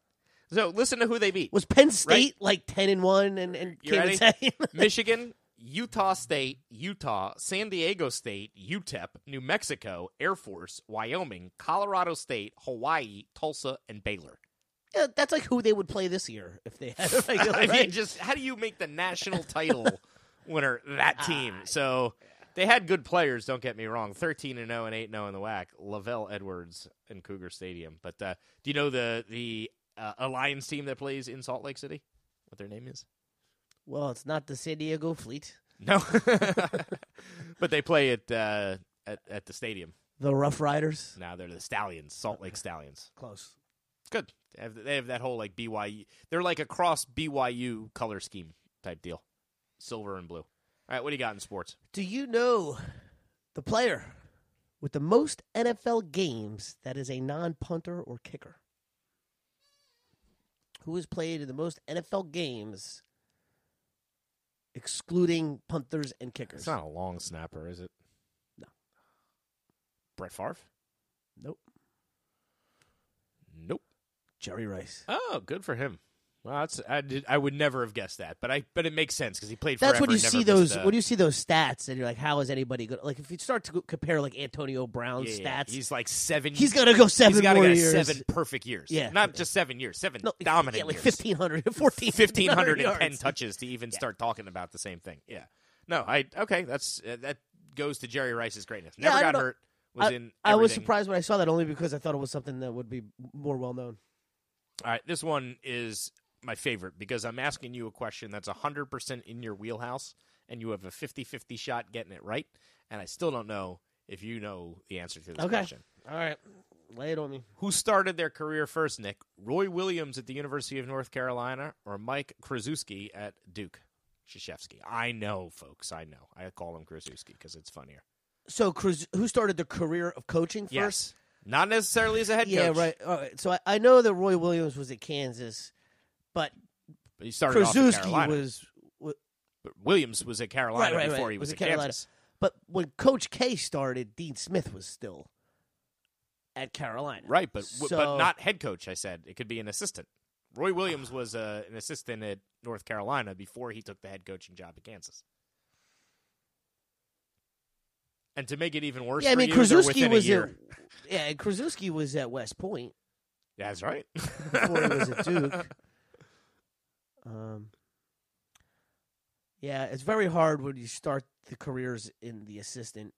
[SPEAKER 5] So listen to who they beat.
[SPEAKER 6] was Penn State like ten and one and and
[SPEAKER 5] You ready?
[SPEAKER 6] came in second?
[SPEAKER 5] Michigan, Utah State, Utah, San Diego State, UTEP, New Mexico, Air Force, Wyoming, Colorado State, Hawaii, Tulsa, and Baylor.
[SPEAKER 6] Yeah, that's like who they would play this year if they had. a regular,
[SPEAKER 5] I mean,
[SPEAKER 6] right?
[SPEAKER 5] just how do you make the national title winner that team? So they had good players. Don't get me wrong. Thirteen and zero and eight and zero in the whack. Lavelle Edwards in Cougar Stadium. But uh, do you know the the uh, Alliance team that plays in Salt Lake City? What their name is?
[SPEAKER 6] well, it's not the San Diego Fleet,
[SPEAKER 5] No, but they play at uh, at at the stadium.
[SPEAKER 6] the Rough Riders.
[SPEAKER 5] Now they're the Stallions, Salt Lake Stallions.
[SPEAKER 6] Close.
[SPEAKER 5] Good. They have, they have that whole like BYU. They're like a cross BYU color scheme type deal, silver and blue. All right, what do you got in sports?
[SPEAKER 6] Do you know the player with the most NFL games that is a non-punter or kicker? Who has played in the most NFL games, excluding punters and kickers?
[SPEAKER 5] It's not a long snapper, is it?
[SPEAKER 6] No.
[SPEAKER 5] Brett Favre?
[SPEAKER 6] Nope.
[SPEAKER 5] Nope.
[SPEAKER 6] Jerry Rice.
[SPEAKER 5] Oh, good for him. Well, that's I did I would never have guessed that, but I but it makes sense because he played.
[SPEAKER 6] That's
[SPEAKER 5] forever,
[SPEAKER 6] when you
[SPEAKER 5] never
[SPEAKER 6] see
[SPEAKER 5] missed
[SPEAKER 6] those
[SPEAKER 5] a-
[SPEAKER 6] when you see those stats and you're like, how is anybody good? Like if you start to go- compare like Antonio
[SPEAKER 5] Yeah,
[SPEAKER 6] Brown's
[SPEAKER 5] yeah, yeah.
[SPEAKER 6] stats,
[SPEAKER 5] He's like seven.
[SPEAKER 6] he's gonna go seven
[SPEAKER 5] he's gotta
[SPEAKER 6] more
[SPEAKER 5] get
[SPEAKER 6] years.
[SPEAKER 5] seven perfect years.
[SPEAKER 6] Yeah.
[SPEAKER 5] Not just seven years, seven
[SPEAKER 6] no,
[SPEAKER 5] dominant
[SPEAKER 6] yeah, like
[SPEAKER 5] years.
[SPEAKER 6] 1500, 14,
[SPEAKER 5] 1,510
[SPEAKER 6] yards.
[SPEAKER 5] touches to even start talking about the same thing. Yeah. No, I okay, that's uh, that goes to Jerry Rice's greatness.
[SPEAKER 6] Yeah,
[SPEAKER 5] Never
[SPEAKER 6] I
[SPEAKER 5] got
[SPEAKER 6] don't know.
[SPEAKER 5] hurt. Was
[SPEAKER 6] I,
[SPEAKER 5] in
[SPEAKER 6] I was
[SPEAKER 5] everything.
[SPEAKER 6] surprised when I saw that only because I thought it was something that would be more well known.
[SPEAKER 5] All right, this one is my favorite because I'm asking you a question that's 100% in your wheelhouse and you have a 50-50 shot getting it right and I still don't know if you know the answer to this
[SPEAKER 6] Okay.
[SPEAKER 5] question.
[SPEAKER 6] All right, lay it on me.
[SPEAKER 5] Who started their career first, Nick? Roy Williams at the University of North Carolina or Mike Krasuski at Duke? Krzyzewski. I know, folks. I know. I call him Krasuski because it's funnier.
[SPEAKER 6] So, Cruz, who started the career of coaching first?
[SPEAKER 5] Yes. Not necessarily as a head
[SPEAKER 6] Yeah,
[SPEAKER 5] coach.
[SPEAKER 6] right. All right. So I, I know that Roy Williams was at Kansas, but
[SPEAKER 5] But he started off at
[SPEAKER 6] Krasuski
[SPEAKER 5] Carolina.
[SPEAKER 6] was, was
[SPEAKER 5] But Williams was at Carolina
[SPEAKER 6] Right, right,
[SPEAKER 5] before
[SPEAKER 6] right.
[SPEAKER 5] he was,
[SPEAKER 6] Was
[SPEAKER 5] at
[SPEAKER 6] at Carolina.
[SPEAKER 5] Kansas.
[SPEAKER 6] But when Coach K started, Dean Smith was still at Carolina.
[SPEAKER 5] Right, but w- but
[SPEAKER 6] So-
[SPEAKER 5] not head coach. I said it could be an assistant. Roy Williams was uh, an assistant at North Carolina before he took the head coaching job at Kansas. And to make it even worse,
[SPEAKER 6] Yeah, I
[SPEAKER 5] for
[SPEAKER 6] mean,
[SPEAKER 5] you, they're
[SPEAKER 6] Krasuski
[SPEAKER 5] within a
[SPEAKER 6] was
[SPEAKER 5] year.
[SPEAKER 6] at, yeah, Krasuski was at West Point
[SPEAKER 5] That's right.
[SPEAKER 6] before he was at Duke. Um, yeah, it's very hard when you start the careers in the assistant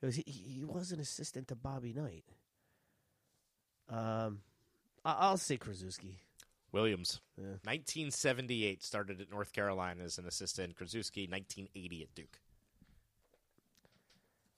[SPEAKER 6] because he, he was an assistant to Bobby Knight. Um, I- I'll say Krasuski.
[SPEAKER 5] Williams, 1978, started at North Carolina as an assistant. Krasuski, 1980 at Duke.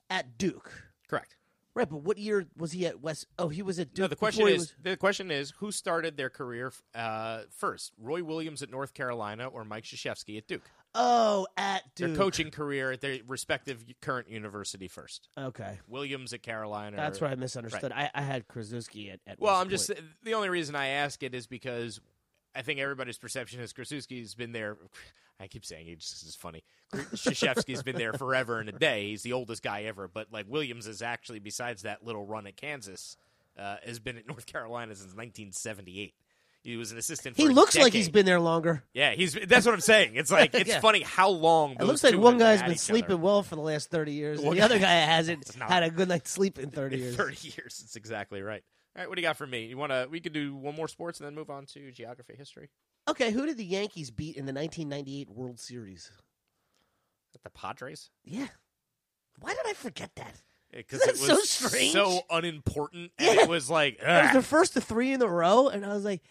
[SPEAKER 6] At Duke.
[SPEAKER 5] Correct.
[SPEAKER 6] Right, but what year was he at West? Oh, he was at Duke.
[SPEAKER 5] No, the question
[SPEAKER 6] before he
[SPEAKER 5] is
[SPEAKER 6] was-
[SPEAKER 5] the question is who started their career uh, first, Roy Williams at North Carolina or Mike Krzyzewski at Duke?
[SPEAKER 6] oh, at Duke.
[SPEAKER 5] Their coaching career at their respective current university first.
[SPEAKER 6] Okay,
[SPEAKER 5] Williams at Carolina.
[SPEAKER 6] that's
[SPEAKER 5] or-
[SPEAKER 6] where I misunderstood. I, I had Krasuski at. at
[SPEAKER 5] Well,
[SPEAKER 6] West
[SPEAKER 5] I'm just
[SPEAKER 6] Point.
[SPEAKER 5] the only reason I ask it is because I think everybody's perception is Krasuski's been there. I keep saying it just is funny. Krzyzewski's been there forever and a day. He's the oldest guy ever. But like Williams is actually, besides that little run at Kansas, uh, has been at North Carolina since 1978. He was an assistant. For
[SPEAKER 6] he
[SPEAKER 5] a
[SPEAKER 6] looks like he's
[SPEAKER 5] decade.
[SPEAKER 6] been there longer.
[SPEAKER 5] Yeah, he's. That's what I'm saying. It's like it's
[SPEAKER 6] Yeah.
[SPEAKER 5] funny how long.
[SPEAKER 6] It
[SPEAKER 5] those
[SPEAKER 6] looks like
[SPEAKER 5] two
[SPEAKER 6] one
[SPEAKER 5] have
[SPEAKER 6] guy's
[SPEAKER 5] had
[SPEAKER 6] been
[SPEAKER 5] each
[SPEAKER 6] sleeping
[SPEAKER 5] other
[SPEAKER 6] well for the last thirty years, and
[SPEAKER 5] One
[SPEAKER 6] the other guy
[SPEAKER 5] It's
[SPEAKER 6] hasn't
[SPEAKER 5] not-
[SPEAKER 6] had a good night's sleep in thirty
[SPEAKER 5] in
[SPEAKER 6] years.
[SPEAKER 5] 30 years. That's exactly right. All right, what do you got for me? You want to? We could do one more sports and then move on to geography, history.
[SPEAKER 6] Okay, who did the Yankees beat in the 1998 World Series?
[SPEAKER 5] Is that the Padres?
[SPEAKER 6] Yeah, why did I forget that?
[SPEAKER 5] because
[SPEAKER 6] Isn't
[SPEAKER 5] Eh, it
[SPEAKER 6] that so
[SPEAKER 5] was
[SPEAKER 6] strange?
[SPEAKER 5] so unimportant, and
[SPEAKER 6] Yeah.
[SPEAKER 5] it was like,
[SPEAKER 6] It was
[SPEAKER 5] ugh.
[SPEAKER 6] their first to three in a row, and I was like,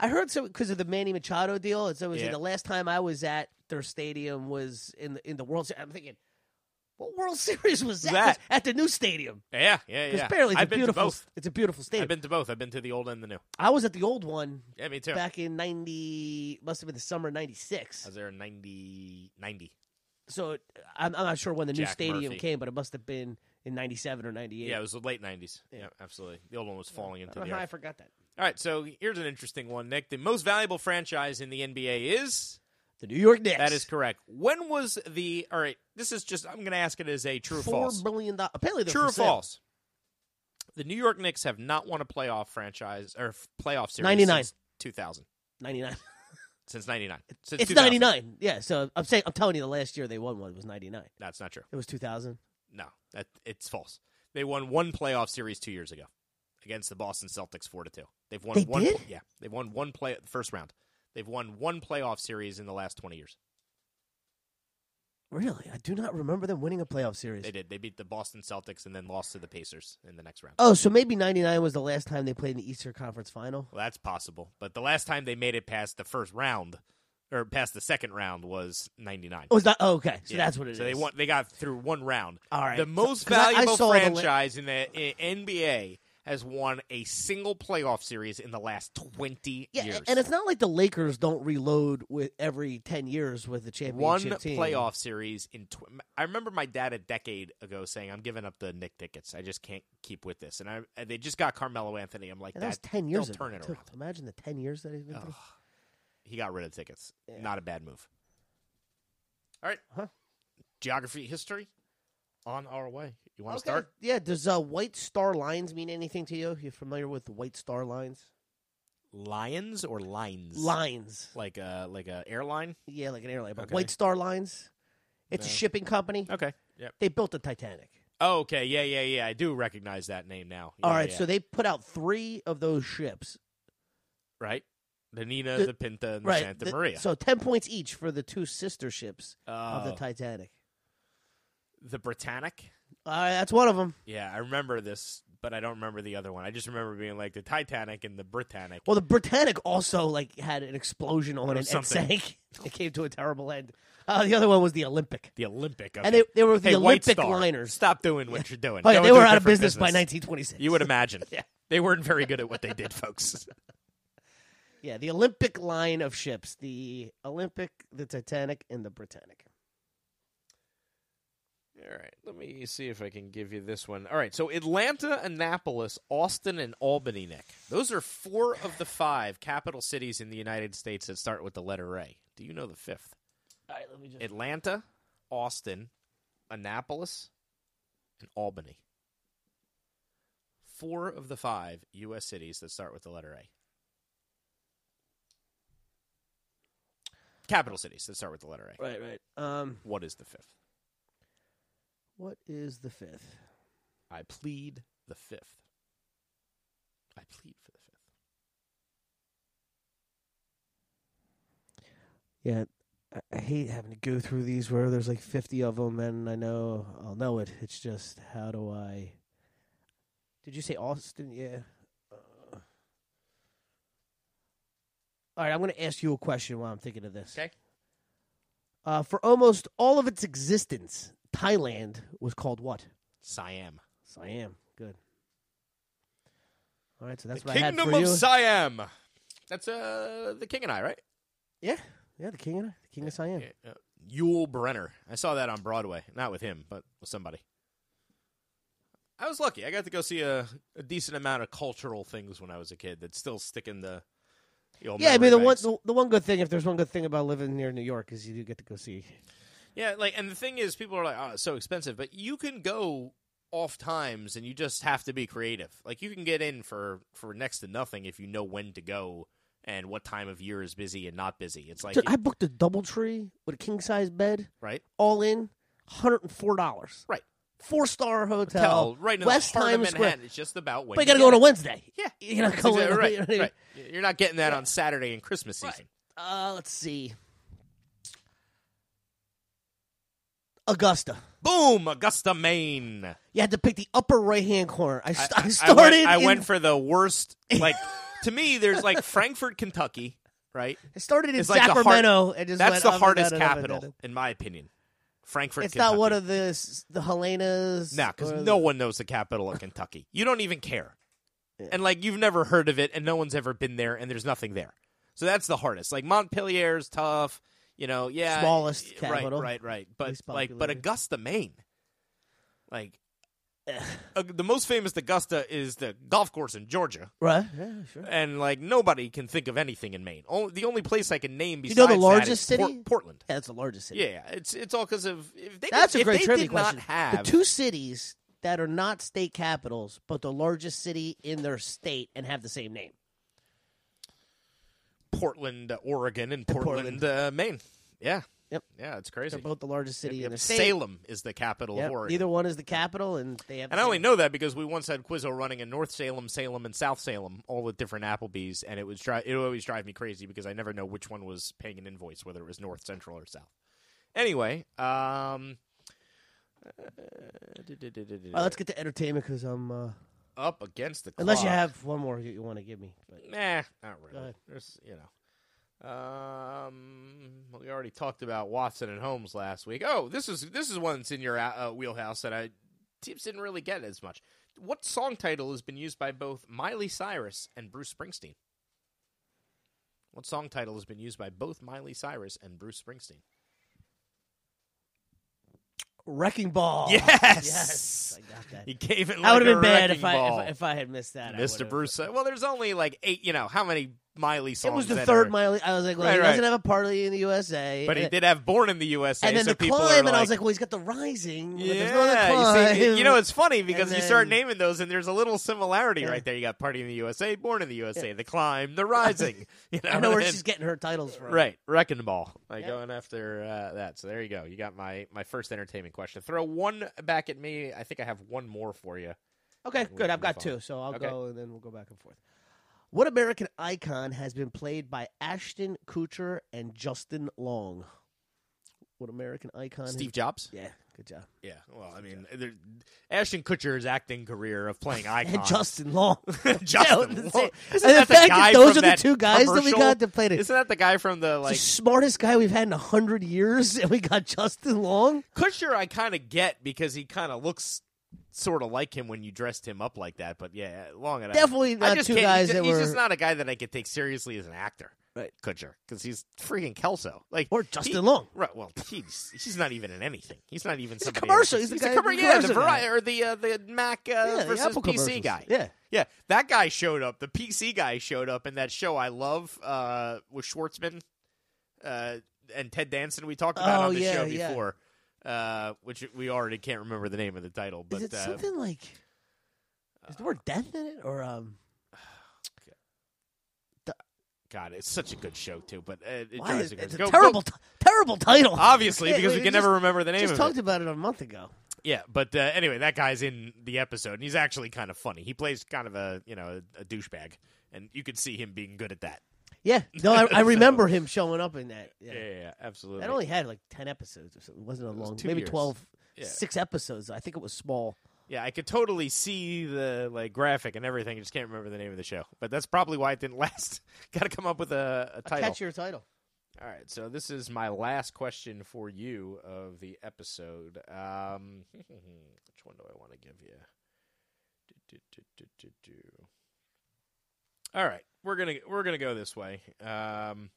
[SPEAKER 6] I heard so because of the Manny Machado deal. And so it was like
[SPEAKER 5] Yeah.
[SPEAKER 6] the last time I was at their stadium was in the in the World Series. I'm thinking, what World Series was that? 'Cause
[SPEAKER 5] That.
[SPEAKER 6] At the new stadium,
[SPEAKER 5] yeah, yeah,
[SPEAKER 6] because
[SPEAKER 5] yeah.
[SPEAKER 6] apparently it's
[SPEAKER 5] I've
[SPEAKER 6] a
[SPEAKER 5] been to
[SPEAKER 6] beautiful,
[SPEAKER 5] both.
[SPEAKER 6] it's a beautiful stadium.
[SPEAKER 5] I've been to both. I've been to the old and the new.
[SPEAKER 6] I was at the old one
[SPEAKER 5] Yeah, me too.
[SPEAKER 6] back in ninety, must have been the summer of ninety
[SPEAKER 5] I
[SPEAKER 6] six.
[SPEAKER 5] was there in 90, 90.
[SPEAKER 6] So it, I'm, I'm not sure when the new
[SPEAKER 5] Jack
[SPEAKER 6] stadium
[SPEAKER 5] Murphy.
[SPEAKER 6] came, but it must have been in ninety seven or ninety eight.
[SPEAKER 5] Yeah, it was the late nineties. Yeah. absolutely. The old one was falling
[SPEAKER 6] I
[SPEAKER 5] into
[SPEAKER 6] don't
[SPEAKER 5] the
[SPEAKER 6] know how I
[SPEAKER 5] earth.
[SPEAKER 6] forgot that.
[SPEAKER 5] All right, so here's an interesting one, Nick. The most valuable franchise in the NBA is
[SPEAKER 6] The New York Knicks.
[SPEAKER 5] that is correct. When was the all right? This is just I'm going to ask it as a true or
[SPEAKER 6] Four
[SPEAKER 5] false.
[SPEAKER 6] billion dollars. Apparently, they're
[SPEAKER 5] True
[SPEAKER 6] for
[SPEAKER 5] or
[SPEAKER 6] sale.
[SPEAKER 5] false? The New York Knicks have not won a playoff franchise or f- playoff series
[SPEAKER 6] 99.
[SPEAKER 5] since 2000.
[SPEAKER 6] Ninety nine.
[SPEAKER 5] Since 99. Since
[SPEAKER 6] It's
[SPEAKER 5] 2000.
[SPEAKER 6] ninety nine. Yeah. So I'm saying I'm telling you, the last year they won one was ninety nine.
[SPEAKER 5] That's not true.
[SPEAKER 6] It was two thousand.
[SPEAKER 5] No, that it's false. They won one playoff series two years ago against the Boston Celtics, four to two. They've won
[SPEAKER 6] They
[SPEAKER 5] one.
[SPEAKER 6] did?
[SPEAKER 5] Yeah, they've won one play first round. They've won one playoff series in the last twenty years.
[SPEAKER 6] Really, I do not remember them winning a playoff series.
[SPEAKER 5] They did. They beat the Boston Celtics and then lost to the Pacers in the next round.
[SPEAKER 6] Oh, so maybe ninety nine was the last time they played in the Eastern Conference Final.
[SPEAKER 5] Well, that's possible. But the last time they made it past the first round or past the second round was ninety nine.
[SPEAKER 6] Oh, it's not. Oh, okay, so that's what it is.
[SPEAKER 5] so they won. They got through one round.
[SPEAKER 6] All right.
[SPEAKER 5] The
[SPEAKER 6] So-
[SPEAKER 5] most
[SPEAKER 6] 'cause I- I
[SPEAKER 5] valuable
[SPEAKER 6] saw the la-
[SPEAKER 5] franchise in the i- NBA has won a single playoff series in the last twenty
[SPEAKER 6] Yeah,
[SPEAKER 5] years.
[SPEAKER 6] and it's not like the Lakers don't reload with every ten years with the
[SPEAKER 5] one
[SPEAKER 6] championship team.
[SPEAKER 5] playoff series in. Tw- I remember my dad a decade ago saying, "I'm giving up the Nick tickets. I just can't keep with this." And I and they just got Carmelo Anthony. I'm like,
[SPEAKER 6] And that was
[SPEAKER 5] "Dad,
[SPEAKER 6] ten years.
[SPEAKER 5] They'll
[SPEAKER 6] ago,
[SPEAKER 5] turn it
[SPEAKER 6] too.
[SPEAKER 5] around.
[SPEAKER 6] Imagine the ten years that he's been through.
[SPEAKER 5] He got rid of the tickets.
[SPEAKER 6] Yeah.
[SPEAKER 5] Not a bad move. All right.
[SPEAKER 6] Huh.
[SPEAKER 5] Geography, history, on our way. You want to
[SPEAKER 6] Okay.
[SPEAKER 5] start?
[SPEAKER 6] Yeah. Does uh, White Star Lines mean anything to you? You familiar with White Star Lines?
[SPEAKER 5] Lions or lines?
[SPEAKER 6] Lines.
[SPEAKER 5] Like a like a airline.
[SPEAKER 6] Yeah, like an airline. But
[SPEAKER 5] Okay.
[SPEAKER 6] White Star Lines. It's a
[SPEAKER 5] No.
[SPEAKER 6] shipping company.
[SPEAKER 5] Okay. Yep.
[SPEAKER 6] They built the Titanic.
[SPEAKER 5] Oh, okay. Yeah, yeah, yeah. I do recognize that name now.
[SPEAKER 6] All
[SPEAKER 5] Yeah,
[SPEAKER 6] right,
[SPEAKER 5] yeah.
[SPEAKER 6] so they put out three of those ships.
[SPEAKER 5] right. The Nina, the,
[SPEAKER 6] The-
[SPEAKER 5] Pinta, and
[SPEAKER 6] right,
[SPEAKER 5] the Santa
[SPEAKER 6] th-
[SPEAKER 5] Maria.
[SPEAKER 6] So ten points each for the two sister ships of the
[SPEAKER 5] Oh.
[SPEAKER 6] Titanic.
[SPEAKER 5] the Britannic.
[SPEAKER 6] All right, that's one of them.
[SPEAKER 5] Yeah, I remember this, but I don't remember the other one. I just remember being like the Titanic and the Britannic.
[SPEAKER 6] Well, the Britannic also like had an explosion on it and
[SPEAKER 5] something.
[SPEAKER 6] sank. it came to a terrible end. Uh, the other one was the Olympic,
[SPEAKER 5] the Olympic.
[SPEAKER 6] and they they were the
[SPEAKER 5] hey, White
[SPEAKER 6] Olympic
[SPEAKER 5] Star,
[SPEAKER 6] liners.
[SPEAKER 5] Stop doing what you're doing.
[SPEAKER 6] Oh, yeah,
[SPEAKER 5] Go
[SPEAKER 6] they
[SPEAKER 5] do
[SPEAKER 6] were
[SPEAKER 5] a
[SPEAKER 6] out of
[SPEAKER 5] different
[SPEAKER 6] business, by
[SPEAKER 5] business.
[SPEAKER 6] 1926.
[SPEAKER 5] You would imagine. They weren't very good at what they did, folks.
[SPEAKER 6] yeah, the Olympic line of ships: the Olympic, the Titanic, and the Britannic.
[SPEAKER 5] All right, let me see if I can give you this one. All right, so Atlanta, Annapolis, Austin, and Albany, Nick. Those are four of the five capital cities in the United States that start with the letter A. Do you know the fifth?
[SPEAKER 6] All right, let me just.
[SPEAKER 5] Atlanta, Austin, Annapolis, and Albany. Four of the five U.S. cities that start with the letter A. Capital cities that start with the letter A.
[SPEAKER 6] right, right. Um,
[SPEAKER 5] What is the fifth?
[SPEAKER 6] what is the fifth?
[SPEAKER 5] I plead the fifth. I plead for the fifth.
[SPEAKER 6] Yeah, I, I hate having to go through these where there's like 50 of them, and I know I'll know it. It's just how do I? Did you say Austin? Yeah. Uh, All right, I'm going to ask you a question while I'm thinking of this.
[SPEAKER 5] Okay.
[SPEAKER 6] Uh, for almost all of its existence, Thailand was called what?
[SPEAKER 5] Siam.
[SPEAKER 6] Siam. Good. All right, so that's
[SPEAKER 5] the
[SPEAKER 6] what I had
[SPEAKER 5] Kingdom
[SPEAKER 6] for
[SPEAKER 5] of
[SPEAKER 6] you.
[SPEAKER 5] Siam. That's uh the King and I, right?
[SPEAKER 6] yeah, yeah, the king of the king of Siam.
[SPEAKER 5] Uh, Yul Brenner. I saw that on Broadway. Not with him, but with somebody. I was lucky. I got to go see a, a decent amount of cultural things when I was a kid that still stick in the, the old
[SPEAKER 6] Yeah, I
[SPEAKER 5] memory
[SPEAKER 6] mean the one
[SPEAKER 5] banks.
[SPEAKER 6] the, the one good thing if there's one good thing about living near New York is you do get to go see.
[SPEAKER 5] Yeah, like, and the thing is, people are like, "Oh, it's so expensive," but you can go off times, and you just have to be creative. Like, you can get in for for next to nothing if you know when to go and what time of year is busy and not busy. It's like,
[SPEAKER 6] Dude, I booked a double tree with a king size bed,
[SPEAKER 5] right?
[SPEAKER 6] all in, hundred and four dollars.
[SPEAKER 5] Right.
[SPEAKER 6] Four star hotel,
[SPEAKER 5] Tell right in
[SPEAKER 6] West
[SPEAKER 5] the heart
[SPEAKER 6] Times
[SPEAKER 5] of
[SPEAKER 6] Square.
[SPEAKER 5] Manhattan. It's just about when
[SPEAKER 6] But you got to
[SPEAKER 5] get
[SPEAKER 6] go on a
[SPEAKER 5] it.
[SPEAKER 6] Wednesday.
[SPEAKER 5] Yeah,
[SPEAKER 6] you know,
[SPEAKER 5] That's
[SPEAKER 6] go in-
[SPEAKER 5] exactly right,
[SPEAKER 6] you know what I mean?
[SPEAKER 5] right. You're not getting that on Saturday and Christmas
[SPEAKER 6] Right.
[SPEAKER 5] season.
[SPEAKER 6] Uh, let's see. Augusta.
[SPEAKER 5] Boom, Augusta, Maine.
[SPEAKER 6] You had to pick the upper right hand corner. I, st- I,
[SPEAKER 5] I
[SPEAKER 6] started.
[SPEAKER 5] went, I
[SPEAKER 6] in-
[SPEAKER 5] went for the worst. Like to me, there's like Frankfort, Kentucky, right?
[SPEAKER 6] I started in
[SPEAKER 5] It's like the heart-
[SPEAKER 6] Sacramento. and just
[SPEAKER 5] That's
[SPEAKER 6] went
[SPEAKER 5] the
[SPEAKER 6] up and
[SPEAKER 5] hardest
[SPEAKER 6] down and up and
[SPEAKER 5] capital,
[SPEAKER 6] down.
[SPEAKER 5] in my opinion. Frankfort.
[SPEAKER 6] It's not one
[SPEAKER 5] Kentucky.
[SPEAKER 6] of the s- the Helenas.
[SPEAKER 5] No, because
[SPEAKER 6] or
[SPEAKER 5] no
[SPEAKER 6] the-
[SPEAKER 5] one knows the capital of Kentucky. You don't even care. And like you've never heard of it and no one's ever been there and there's nothing there. So that's the hardest. Like Montpelier's tough, you know, yeah.
[SPEAKER 6] Smallest
[SPEAKER 5] right,
[SPEAKER 6] capital.
[SPEAKER 5] Right, right. But
[SPEAKER 6] Least
[SPEAKER 5] like but
[SPEAKER 6] populated.
[SPEAKER 5] Augusta, Maine. Like uh, the most famous Augusta is the golf course in Georgia,
[SPEAKER 6] Right? Yeah, sure.
[SPEAKER 5] and like nobody can think of anything in Maine. Only, the only place I can name
[SPEAKER 6] You
[SPEAKER 5] besides
[SPEAKER 6] know the
[SPEAKER 5] that is
[SPEAKER 6] largest
[SPEAKER 5] Port-
[SPEAKER 6] city?
[SPEAKER 5] Portland.
[SPEAKER 6] That's the largest city.
[SPEAKER 5] Yeah, yeah. it's it's all because of if they
[SPEAKER 6] That's
[SPEAKER 5] did,
[SPEAKER 6] a great
[SPEAKER 5] if they
[SPEAKER 6] trivia
[SPEAKER 5] did
[SPEAKER 6] question.
[SPEAKER 5] not have
[SPEAKER 6] The two cities that are not state capitals, but the largest city in their state and have the same name.
[SPEAKER 5] Portland, uh, Oregon, and Portland, Uh, Maine. Yeah.
[SPEAKER 6] Yep.
[SPEAKER 5] Yeah, it's crazy.
[SPEAKER 6] They're both the largest city in
[SPEAKER 5] Yep,
[SPEAKER 6] their state.
[SPEAKER 5] Salem is the capital
[SPEAKER 6] Yep.
[SPEAKER 5] of Oregon.
[SPEAKER 6] Neither one is the capital, and they have.
[SPEAKER 5] and I only know that because we once had Quizzo running in North Salem, Salem, and South Salem, all with different Applebee's, and it was dri- it would always drive me crazy because I never know which one was paying an invoice, whether it was North, Central, or South. Anyway, um, uh,
[SPEAKER 6] All right, let's get to entertainment because I'm. Uh,
[SPEAKER 5] up against the clock.
[SPEAKER 6] unless you have one more you, you want to give me, but
[SPEAKER 5] Nah, not really.
[SPEAKER 6] ahead.
[SPEAKER 5] There's, you know. Um, we already talked about Watson and Holmes last week. Oh, this is this is one that's in your uh, uh, wheelhouse that I teams didn't really get as much. What song title has been used by both Miley Cyrus and Bruce Springsteen? What song title has been used by both Miley Cyrus and Bruce Springsteen?
[SPEAKER 6] wrecking ball.
[SPEAKER 5] Yes!
[SPEAKER 6] Oh, yes, I got that.
[SPEAKER 5] He gave it.
[SPEAKER 6] I
[SPEAKER 5] like
[SPEAKER 6] would have
[SPEAKER 5] a
[SPEAKER 6] been bad
[SPEAKER 5] wrecking
[SPEAKER 6] if I,
[SPEAKER 5] ball.
[SPEAKER 6] if I if I had missed that. I
[SPEAKER 5] Mr.
[SPEAKER 6] would've-
[SPEAKER 5] Bruce. Well, there's only like eight. You know how many Miley songs?
[SPEAKER 6] It was the
[SPEAKER 5] that
[SPEAKER 6] third
[SPEAKER 5] are-
[SPEAKER 6] Miley. I was like, well,
[SPEAKER 5] Right,
[SPEAKER 6] he
[SPEAKER 5] right.
[SPEAKER 6] doesn't have a party in the USA,
[SPEAKER 5] But he
[SPEAKER 6] and-
[SPEAKER 5] did have Born in the USA.
[SPEAKER 6] And then
[SPEAKER 5] so
[SPEAKER 6] the
[SPEAKER 5] people are
[SPEAKER 6] climb, and I was like, well, he's got the rising. but there's no other
[SPEAKER 5] Yeah, you, see,
[SPEAKER 6] climb.
[SPEAKER 5] you know it's funny because
[SPEAKER 6] And
[SPEAKER 5] you start
[SPEAKER 6] then-
[SPEAKER 5] naming those, and there's a little similarity
[SPEAKER 6] Yeah.
[SPEAKER 5] right there. You got Party in the USA, Born in the USA, The Climb, The Rising. You know,
[SPEAKER 6] I know where
[SPEAKER 5] and-
[SPEAKER 6] she's getting her titles from.
[SPEAKER 5] right. Wrecking Ball, like
[SPEAKER 6] Yeah.
[SPEAKER 5] going after uh, that. So there you go. You got my my first entertainment question. Throw one back at me. I think I have one more for you.
[SPEAKER 6] Okay, good. I've
[SPEAKER 5] we'll
[SPEAKER 6] got
[SPEAKER 5] follow.
[SPEAKER 6] two, so I'll
[SPEAKER 5] Okay.
[SPEAKER 6] go and then we'll go back and forth. What American icon has been played by Ashton Kutcher and Justin Long? What American icon? has-
[SPEAKER 5] Steve Jobs.
[SPEAKER 6] Yeah, good job.
[SPEAKER 5] Yeah. Well, I mean, there- Ashton Kutcher's acting career of playing icons.
[SPEAKER 6] And Justin Long.
[SPEAKER 5] Justin
[SPEAKER 6] Yeah,
[SPEAKER 5] Long.
[SPEAKER 6] that's it.
[SPEAKER 5] Isn't
[SPEAKER 6] and the
[SPEAKER 5] that
[SPEAKER 6] fact
[SPEAKER 5] guy
[SPEAKER 6] that those
[SPEAKER 5] from
[SPEAKER 6] are the
[SPEAKER 5] that
[SPEAKER 6] two guys that we
[SPEAKER 5] commercial?
[SPEAKER 6] got to play it.
[SPEAKER 5] Isn't that the guy from the
[SPEAKER 6] the
[SPEAKER 5] like
[SPEAKER 6] smartest guy we've had in a hundred years, and we got Justin Long.
[SPEAKER 5] Kushner, I kind of get because he kind of looks sort of like him when you dressed him up like that. But yeah, long enough.
[SPEAKER 6] Definitely
[SPEAKER 5] I
[SPEAKER 6] not
[SPEAKER 5] just
[SPEAKER 6] two
[SPEAKER 5] can't-
[SPEAKER 6] guys
[SPEAKER 5] he's,
[SPEAKER 6] that
[SPEAKER 5] he's
[SPEAKER 6] were
[SPEAKER 5] just not a guy that I could take seriously as an actor.
[SPEAKER 6] Right.
[SPEAKER 5] Kutcher, because he's freaking Kelso, like
[SPEAKER 6] Or
[SPEAKER 5] he-
[SPEAKER 6] Justin Long.
[SPEAKER 5] Right. Well, he's he's not even in anything. He's not even
[SPEAKER 6] a
[SPEAKER 5] somebody
[SPEAKER 6] commercial.
[SPEAKER 5] He's,
[SPEAKER 6] He's the
[SPEAKER 5] a
[SPEAKER 6] guy
[SPEAKER 5] commer-
[SPEAKER 6] in the
[SPEAKER 5] yeah, the
[SPEAKER 6] commercial guy.
[SPEAKER 5] Vari- or the uh, the Mac uh,
[SPEAKER 6] the
[SPEAKER 5] versus
[SPEAKER 6] Apple
[SPEAKER 5] PC
[SPEAKER 6] commercials.
[SPEAKER 5] guy.
[SPEAKER 6] Yeah.
[SPEAKER 5] yeah, that guy showed up. The PC guy showed up in that show I love uh, with Schwartzman uh, and Ted Danson. We talked about
[SPEAKER 6] Oh,
[SPEAKER 5] on the
[SPEAKER 6] yeah,
[SPEAKER 5] show
[SPEAKER 6] yeah.
[SPEAKER 5] before, uh, which we already can't remember the name of the title. But
[SPEAKER 6] is it
[SPEAKER 5] uh,
[SPEAKER 6] something like? Is the word death in it, or um?
[SPEAKER 5] God, it's such a good show too. But uh, it
[SPEAKER 6] Why
[SPEAKER 5] drives
[SPEAKER 6] is
[SPEAKER 5] me
[SPEAKER 6] it's
[SPEAKER 5] crazy.
[SPEAKER 6] a
[SPEAKER 5] Go- go-
[SPEAKER 6] terrible, t- terrible title?
[SPEAKER 5] obviously,
[SPEAKER 6] Yeah,
[SPEAKER 5] because we
[SPEAKER 6] it
[SPEAKER 5] can
[SPEAKER 6] just-
[SPEAKER 5] never remember the name
[SPEAKER 6] Just
[SPEAKER 5] of it.
[SPEAKER 6] talked about it a month ago.
[SPEAKER 5] Yeah, but uh, anyway, that guy's in the episode, and he's actually kind of funny. He plays kind of a you know a, a douchebag, and you could see him being good at that.
[SPEAKER 6] Yeah, no, I, I remember him showing up in that. Yeah.
[SPEAKER 5] Yeah, yeah, yeah, absolutely.
[SPEAKER 6] That only had like ten episodes or something. It wasn't a long,
[SPEAKER 5] two
[SPEAKER 6] maybe
[SPEAKER 5] years.
[SPEAKER 6] twelve,
[SPEAKER 5] Yeah.
[SPEAKER 6] six episodes. I think it was small.
[SPEAKER 5] Yeah, I could totally see the like graphic and everything. I just can't remember the name of the show, but that's probably why it didn't last. Got to come up with a, a title.
[SPEAKER 6] Catch your title.
[SPEAKER 5] All right, so this is my last question for you of the episode. Um, which one do I want to give you? Do, do, do, do, do, do. All right, we're gonna we're gonna go this way. Um,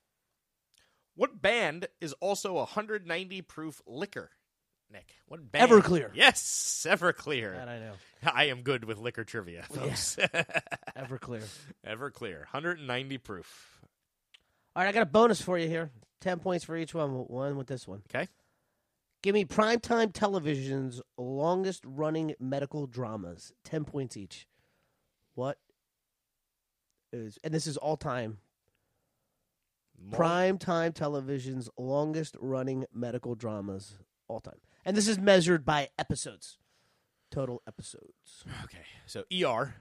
[SPEAKER 5] what band is also 190 proof liquor? Nick, what band?
[SPEAKER 6] Everclear.
[SPEAKER 5] Yes, Everclear.
[SPEAKER 6] That I know.
[SPEAKER 5] I am good with liquor trivia, folks.
[SPEAKER 6] Everclear.
[SPEAKER 5] Everclear, 190 proof.
[SPEAKER 6] All right, I got a bonus for you here. Ten points for each one. One with this one.
[SPEAKER 5] Okay.
[SPEAKER 6] Give me primetime television's longest running medical dramas. Ten points each. What is and this is all time. Primetime television's longest running medical dramas all time. And this is measured by episodes. Total episodes.
[SPEAKER 5] Okay, so ER.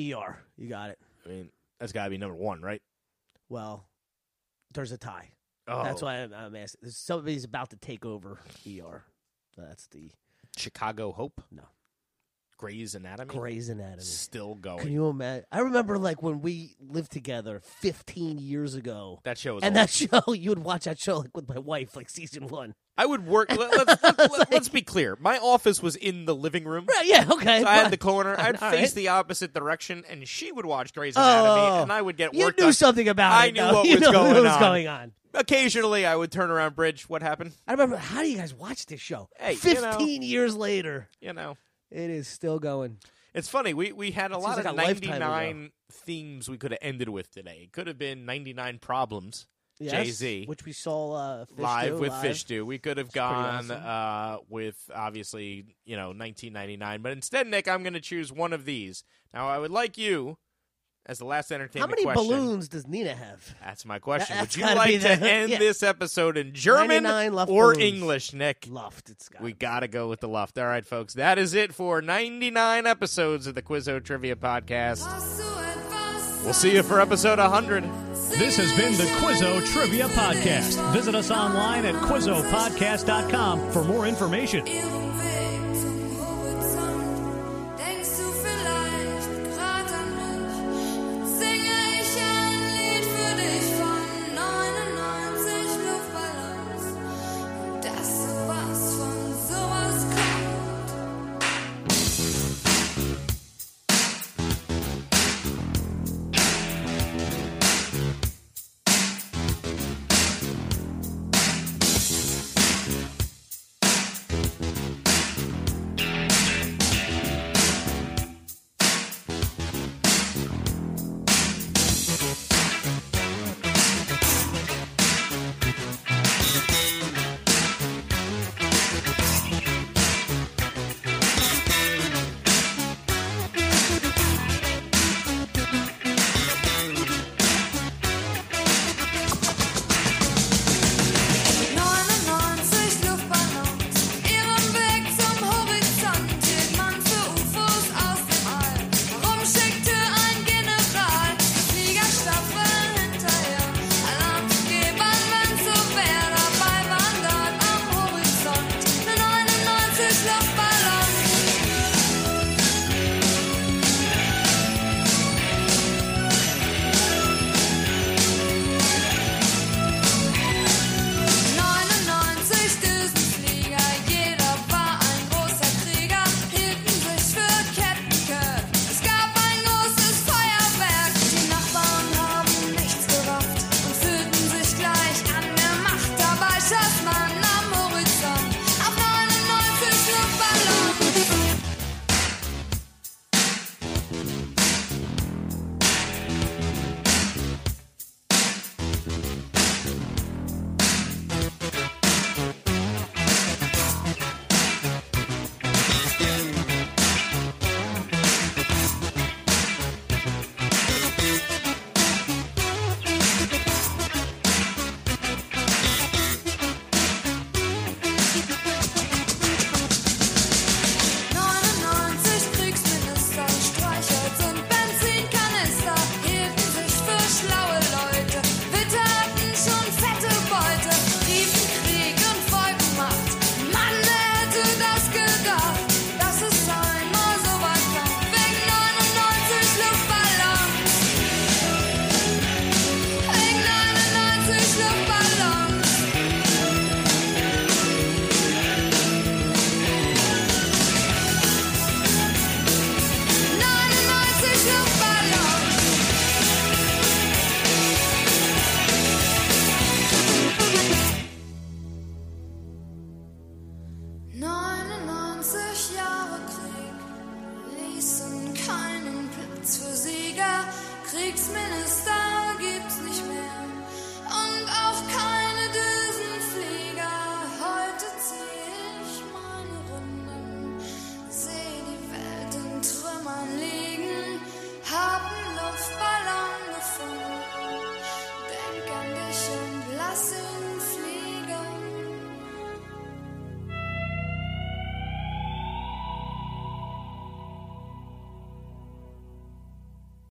[SPEAKER 6] ER. You got it.
[SPEAKER 5] I mean, that's got to be number one, right?
[SPEAKER 6] Well, there's a tie.
[SPEAKER 5] Oh,
[SPEAKER 6] That's why I'm, I'm asking. Somebody's about to take over ER. That's the
[SPEAKER 5] Chicago Hope.
[SPEAKER 6] No.
[SPEAKER 5] Grey's Anatomy.
[SPEAKER 6] Grey's Anatomy.
[SPEAKER 5] Still going.
[SPEAKER 6] Can you imagine? I remember like when we lived together 15 years ago.
[SPEAKER 5] that show was.
[SPEAKER 6] and
[SPEAKER 5] awesome.
[SPEAKER 6] that show, you would watch that show like with my wife, like season one.
[SPEAKER 5] I would work. Let, us let's be clear. My office was in the living room.
[SPEAKER 6] Right? Yeah. Okay.
[SPEAKER 5] So I had
[SPEAKER 6] fine.
[SPEAKER 5] the corner. I'd
[SPEAKER 6] All
[SPEAKER 5] face
[SPEAKER 6] right.
[SPEAKER 5] the opposite direction, and she would watch Grey's Anatomy,
[SPEAKER 6] Oh.
[SPEAKER 5] and I would get
[SPEAKER 6] You
[SPEAKER 5] worked
[SPEAKER 6] knew
[SPEAKER 5] up.
[SPEAKER 6] something about
[SPEAKER 5] I
[SPEAKER 6] it.
[SPEAKER 5] knew
[SPEAKER 6] though.
[SPEAKER 5] what
[SPEAKER 6] You
[SPEAKER 5] was
[SPEAKER 6] know
[SPEAKER 5] going
[SPEAKER 6] what was
[SPEAKER 5] on.
[SPEAKER 6] going on.
[SPEAKER 5] Occasionally, I would turn around. Bridge, what happened?
[SPEAKER 6] I remember. How do you guys watch this show?
[SPEAKER 5] Hey, you
[SPEAKER 6] 15 years later,
[SPEAKER 5] You know.
[SPEAKER 6] it is still going.
[SPEAKER 5] It's funny. We we had a lot
[SPEAKER 6] seems
[SPEAKER 5] of
[SPEAKER 6] like a lifetime ago.
[SPEAKER 5] 99 themes we could have ended with today. It could have been 99 problems.
[SPEAKER 6] Yes,
[SPEAKER 5] Jay-Z.
[SPEAKER 6] which we saw uh, Fish
[SPEAKER 5] live
[SPEAKER 6] do,
[SPEAKER 5] with
[SPEAKER 6] live.
[SPEAKER 5] Fish Do. We could have gone
[SPEAKER 6] pretty
[SPEAKER 5] uh, with obviously, you know, 1999, but instead Nick, I'm going to choose one of these. Now, I would like you as the last
[SPEAKER 6] How
[SPEAKER 5] entertainment
[SPEAKER 6] many
[SPEAKER 5] question.
[SPEAKER 6] balloons does Nina have?
[SPEAKER 5] That's my question.
[SPEAKER 6] That's
[SPEAKER 5] would you
[SPEAKER 6] gotta be
[SPEAKER 5] like to
[SPEAKER 6] the-
[SPEAKER 5] end
[SPEAKER 6] yeah.
[SPEAKER 5] this episode in German
[SPEAKER 6] 99 left
[SPEAKER 5] or
[SPEAKER 6] balloons.
[SPEAKER 5] English, Nick?
[SPEAKER 6] Luft. It's got.
[SPEAKER 5] We got to go with the luft. All right, folks. That is it for 99 episodes of the Quizzo Trivia Podcast. We'll see you for episode 100.
[SPEAKER 4] This has been the Quizzo Trivia Podcast. Visit us online at QuizzoPodcast.com for more information.
[SPEAKER 2] Ihren Weg zum Horizont. Denkst du vielleicht gerade an mich? Dann singe ich ein Lied für dich von 99 Luftballons. Und dass sowas von sowas kommt.
[SPEAKER 8] Kriegsminister.